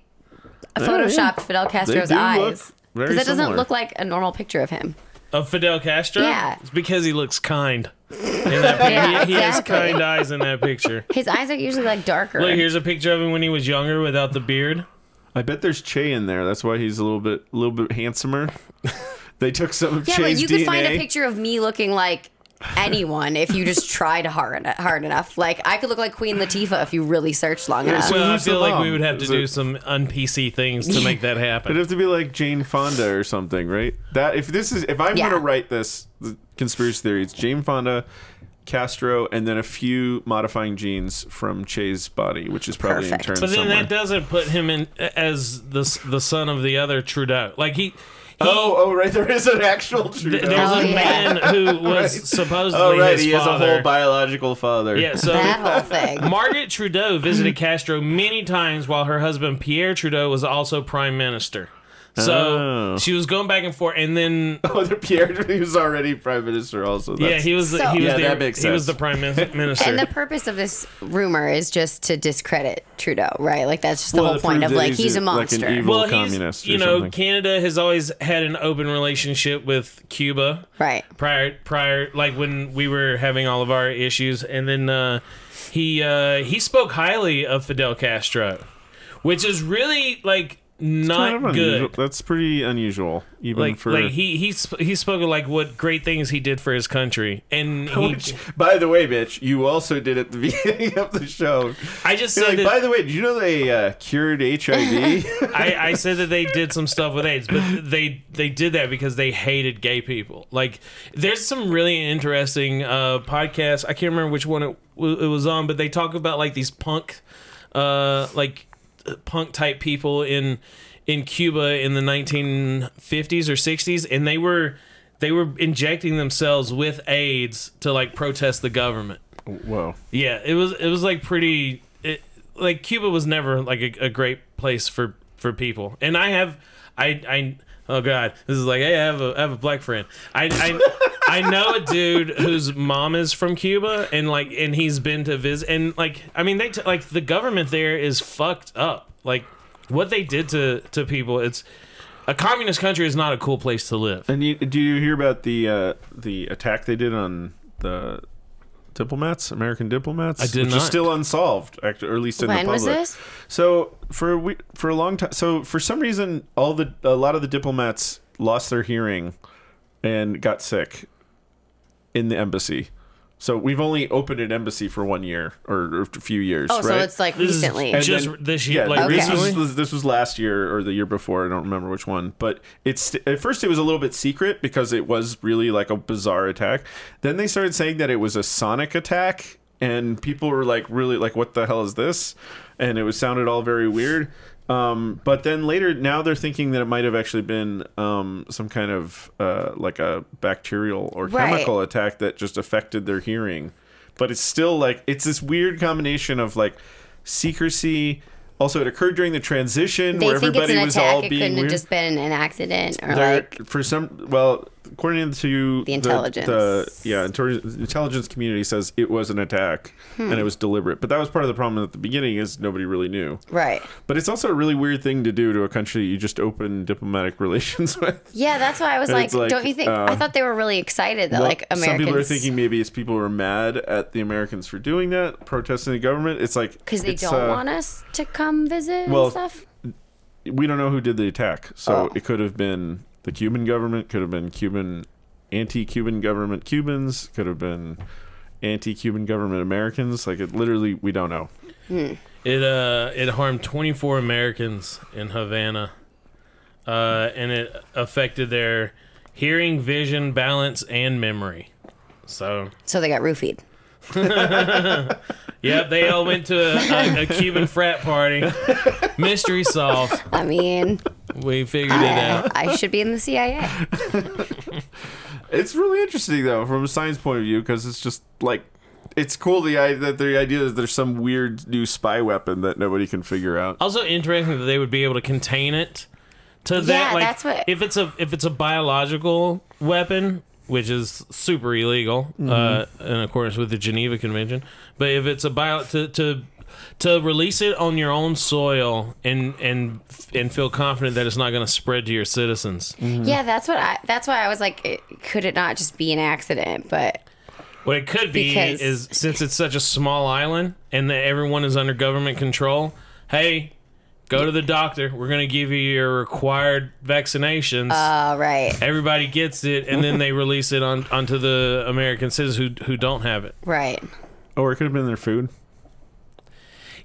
A: photoshopped Fidel Castro's
B: Oh, do look
A: eyes.
B: very
A: Because that doesn't
B: similar.
A: look like a normal picture of him.
C: Of Fidel Castro?
A: Yeah.
C: It's because he looks kind. In that picture.
A: Yeah,
C: he, he has
A: exactly.
C: kind eyes in that picture.
A: His eyes are usually like darker.
C: Look, here's a picture of him when he was younger without the beard.
B: I bet there's Che in there. That's why he's a little bit little bit handsomer. they took some of
A: yeah, but
B: Che's
A: you
B: DNA.
A: could find a picture of me looking like anyone if you just tried hard, en- hard enough. Like I could look like Queen Latifah if you really searched long enough.
B: so-
C: Well, I
B: who's the
C: feel like
B: mom?
C: we would have to
B: Is
C: do
B: it-
C: some un-PC things to make that
B: It'd
C: happen.
B: have to be like Jane Fonda or something, right? That if this is if I'm
A: Yeah.
B: gonna write this the conspiracy theory, it's Jane Fonda, Castro, and then a few modifying genes from Che's body, which is probably
A: Perfect.
B: interned
C: But then
B: somewhere.
C: that doesn't put him in as the the son of the other Trudeau. Like he, he
B: oh, oh, right, there is an actual Trudeau.
C: Th- There's
A: Oh,
C: a
A: yeah.
C: man who was supposedly
E: Oh, right.
C: his
E: He has a
C: father.
E: whole biological father.
C: yeah, so
A: that whole thing.
C: Margaret Trudeau visited Castro many times while her husband Pierre Trudeau was also prime minister. So
B: Oh.
C: she was going back and forth, and then
B: oh, the Pierre he was already prime minister. Also,
C: yeah,
B: That's-
C: he was the,
A: So-
C: he was
E: Yeah,
C: the,
E: that makes
C: he was the
E: sense.
C: prime min- minister.
A: And the purpose of this rumor is just to discredit Trudeau, right? Like that's just the
B: Well,
A: whole
B: to
A: point of
B: prove that
A: like
B: he's
A: he's a
B: a- like an
A: monster.
B: evil-
C: well, he's,
B: communist or
C: you know,
B: something.
C: Canada has always had an open relationship with Cuba.
A: Right.
C: prior prior like when we were having all of our issues and then uh he uh he spoke highly of Fidel Castro which is really like not
B: Kind of unusual.
C: good.
B: That's pretty unusual, even
C: Like,
B: for.
C: like he he sp- he spoke of like what great things he did for his country, and he,
B: which, by the way, bitch, you also did at the beginning of the show.
C: I just
B: You're
C: said
B: like,
C: that,
B: by the way, did you know they uh, cured HIV?
C: I, I said that they did some stuff with AIDS, but they they did that because they hated gay people. Like, there's some really interesting uh, podcasts. I can't remember which one it, w- it was on, but they talk about like these punk, uh, like uh, punk type people in in Cuba in the 1950s or 60s, and they were they were injecting themselves with AIDS to like protest the government.
B: Whoa.
C: Yeah, it was it was like pretty it, like Cuba was never like a, a great place for for people. And I have I I oh god, this is like hey, I have a I have a black friend. I I I know a dude whose mom is from Cuba and like and he's been to visit and like I mean they t- like the government there is fucked up. Like what they did to to people it's a communist country is not a cool place to live.
B: And you, do you hear about the uh, the attack they did on the diplomats, American diplomats?
C: I did
B: which
C: not.
B: is still unsolved, act- or at least in the
A: When
B: public.
A: was this?
B: So for a we for a long time, so for some reason, all the a lot of the diplomats lost their hearing and got sick in the embassy. So we've only opened an embassy for one year or, or a few years.
A: Oh,
B: right?
A: so it's like
C: This is
A: recently.
B: And
C: Just this year, like,
B: this
A: Okay.
B: was this was last year or the year before. I don't remember which one, but it's at first it was a little bit secret because it was really like a bizarre attack. Then they started saying that it was a sonic attack, and people were like, really like, what the hell is this? And it was sounded all very weird. Um, but then later, now they're thinking that it might have actually been um, some kind of uh, like a bacterial or
A: Right.
B: chemical attack that just affected their hearing. But it's still like it's this weird combination of like secrecy. Also, it occurred during the transition where
A: they think it's
B: everybody
A: an
B: was
A: attack.
B: all
A: It
B: being
A: couldn't have
B: weird.
A: just been an accident or
B: There-
A: like
B: for some, well, according to
A: The intelligence.
B: the, yeah, inter- the intelligence community says it was an attack
A: Hmm.
B: and it was deliberate. But that was part of the problem at the beginning is nobody really knew.
A: right.
B: But it's also a really weird thing to do to a country you just open diplomatic relations with.
A: Yeah, that's why I was
B: And
A: like,
B: it's like,
A: don't you think?
B: uh,
A: I thought they were really excited that
B: Well,
A: like
B: Some people are
A: Americans
B: thinking maybe it's people who are mad at the Americans for doing that, protesting the government. It's like
A: because they
B: it's,
A: don't
B: uh,
A: want us to come visit
B: well,
A: and stuff.
B: we don't know who did the attack. So
A: Oh.
B: it could have been the Cuban government, could have been Cuban anti-Cuban government Cubans, could have been anti-Cuban government Americans. Like it literally, we don't know.
C: It uh it harmed 24 Americans in Havana. Uh and it affected their hearing, vision, balance and memory. So,
A: So they got roofied.
C: yep, they all went to a, a, a Cuban frat party. Mystery solved.
A: I mean,
C: We figured it out.
A: I should be in the CIA.
B: It's really interesting though, from a science point of view, because it's just like. It's cool the i- that the idea is there's some weird new spy weapon that nobody can figure
A: Oh.
B: out.
C: Also interesting that they would be able to contain it to that like
A: that's what-
C: if it's a if it's a biological weapon, which is super illegal uh, in accordance with the Geneva Convention, but if it's a bio to, to to release it on your own soil and and and feel confident that it's not going to spread to your citizens.
A: Yeah, that's what I. That's why I was like, it, could it not just be an accident? But
C: What it could be
A: Because-
C: is since it's such a small island and that everyone is under government control, hey, go to the doctor. We're going to give you your required vaccinations.
A: all uh, right,
C: Everybody gets it, and then they release it on onto the American citizens who who don't have it.
A: right.
B: Or it could have been their food.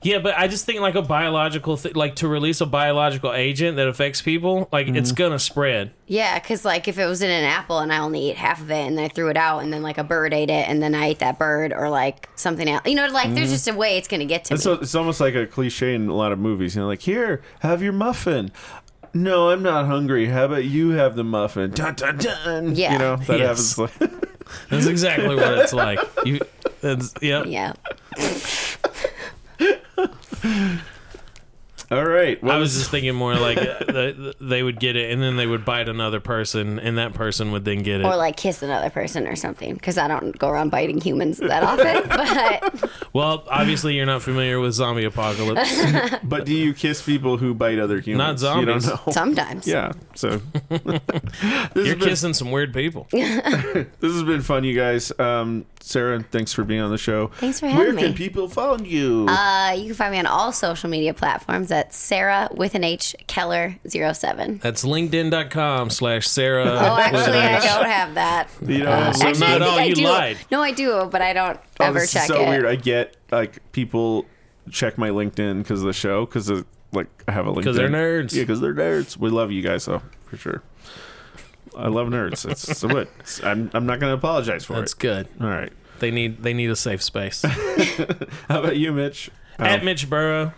C: Yeah, but I just think like a biological thing, like to release a biological agent that affects people, like
A: Mm-hmm.
C: it's gonna spread.
A: Yeah, because like if it was in an apple and I only ate half of it and I threw it out and then like a bird ate it and then I ate that bird or like something else, you know, like there's just a way it's gonna get to
B: It's,
A: me.
B: Mm. so it's almost like a cliche in a lot of movies. You know, like here, have your muffin. No, I'm not hungry. How about you have the muffin? Dun dun dun.
A: Yeah.
B: you know that
C: Yes.
B: happens. Like,
C: That's exactly what it's like. You, that's yep.
A: yeah,
B: all right. Well,
C: I was just thinking more like uh, the, they would get it, and then they would bite another person, and that person would then get it.
A: or like kiss another person or something. Because I don't go around biting humans that often, but
C: well, obviously you're not familiar with zombie apocalypse.
B: but do you kiss people who bite other humans?
C: Not
B: You don't
C: zombies.
B: know.
A: sometimes.
B: Yeah. So this,
C: You're
B: has been,
C: kissing some weird people.
B: this has been fun, you guys. Um, Sarah, thanks for being on the show.
A: Thanks for
B: Where
A: having
B: can
A: me.
B: people find you?
A: Uh, you can find me on all social media platforms at That's Sarah with an H Keller 07.
C: That's linkedin.com slash Sarah.
A: Oh, actually, I
C: Williams.
A: don't have that.
B: You know,
C: Uh, So
A: Actually,
C: not
A: I think
C: all
A: I
C: you
A: do.
C: lied.
A: No, I do, but I don't
B: Oh,
A: ever
B: this is
A: check
B: so
A: it.
B: weird. I get like people check my LinkedIn because of the show because like I have a LinkedIn
C: 'Cause they're nerds.
B: Yeah, because they're nerds. We love you guys though for sure. I love nerds. It's so what It's- I'm. I'm not gonna apologize for
C: That's
B: it.
C: good.
B: All right.
C: They need they need a safe space.
B: How about you, Mitch?
C: At
B: Um,
C: Mitch Burrow,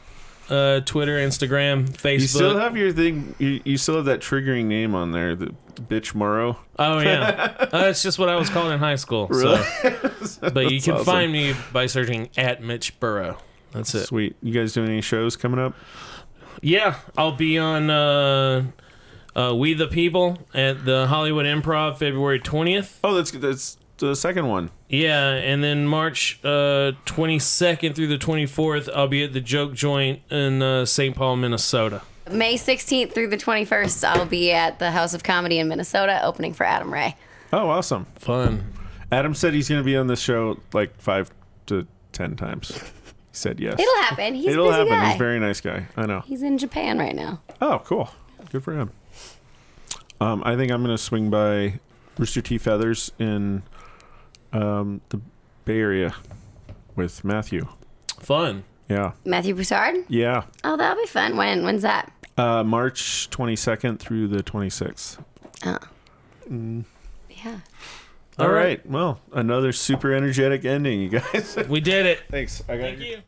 C: uh, Twitter, Instagram, Facebook.
B: you still have your thing. You, you still have that triggering name on there, the bitch Morrow.
C: oh yeah, uh, it's just what I was called in high school. So. But you can
B: awesome.
C: find me by searching at Mitch Burrow. That's it.
B: Sweet. You guys doing any shows coming up?
C: Yeah, I'll be on uh, uh, We the People at the Hollywood Improv February twentieth.
B: Oh, that's that's the second one.
C: Yeah, and then March uh, 22nd through the 24th, I'll be at the Joke Joint in uh, St. Paul, Minnesota.
A: May 16th through the 21st, I'll be at the House of Comedy in Minnesota opening for Adam Ray.
B: Oh, awesome.
C: Fun.
B: Adam said he's gonna be on this show like five to ten times. He said yes.
A: It'll happen. He's
B: It'll
A: a busy
B: happen.
A: guy.
B: He's a very nice guy. I know.
A: He's in Japan right now.
B: Oh, cool. Good for him. Um, I think I'm gonna swing by Rooster Teeth Feathers in um, the Bay Area with Matthew.
C: Fun.
B: Yeah,
A: Matthew Broussard?
B: yeah.
A: Oh, that'll be fun. When? When's that?
B: Uh, March 22nd through the 26th.
A: Oh.
B: Mm.
A: Yeah.
B: All right. Well, another super energetic ending, you guys.
C: We did it.
B: Thanks. I got your-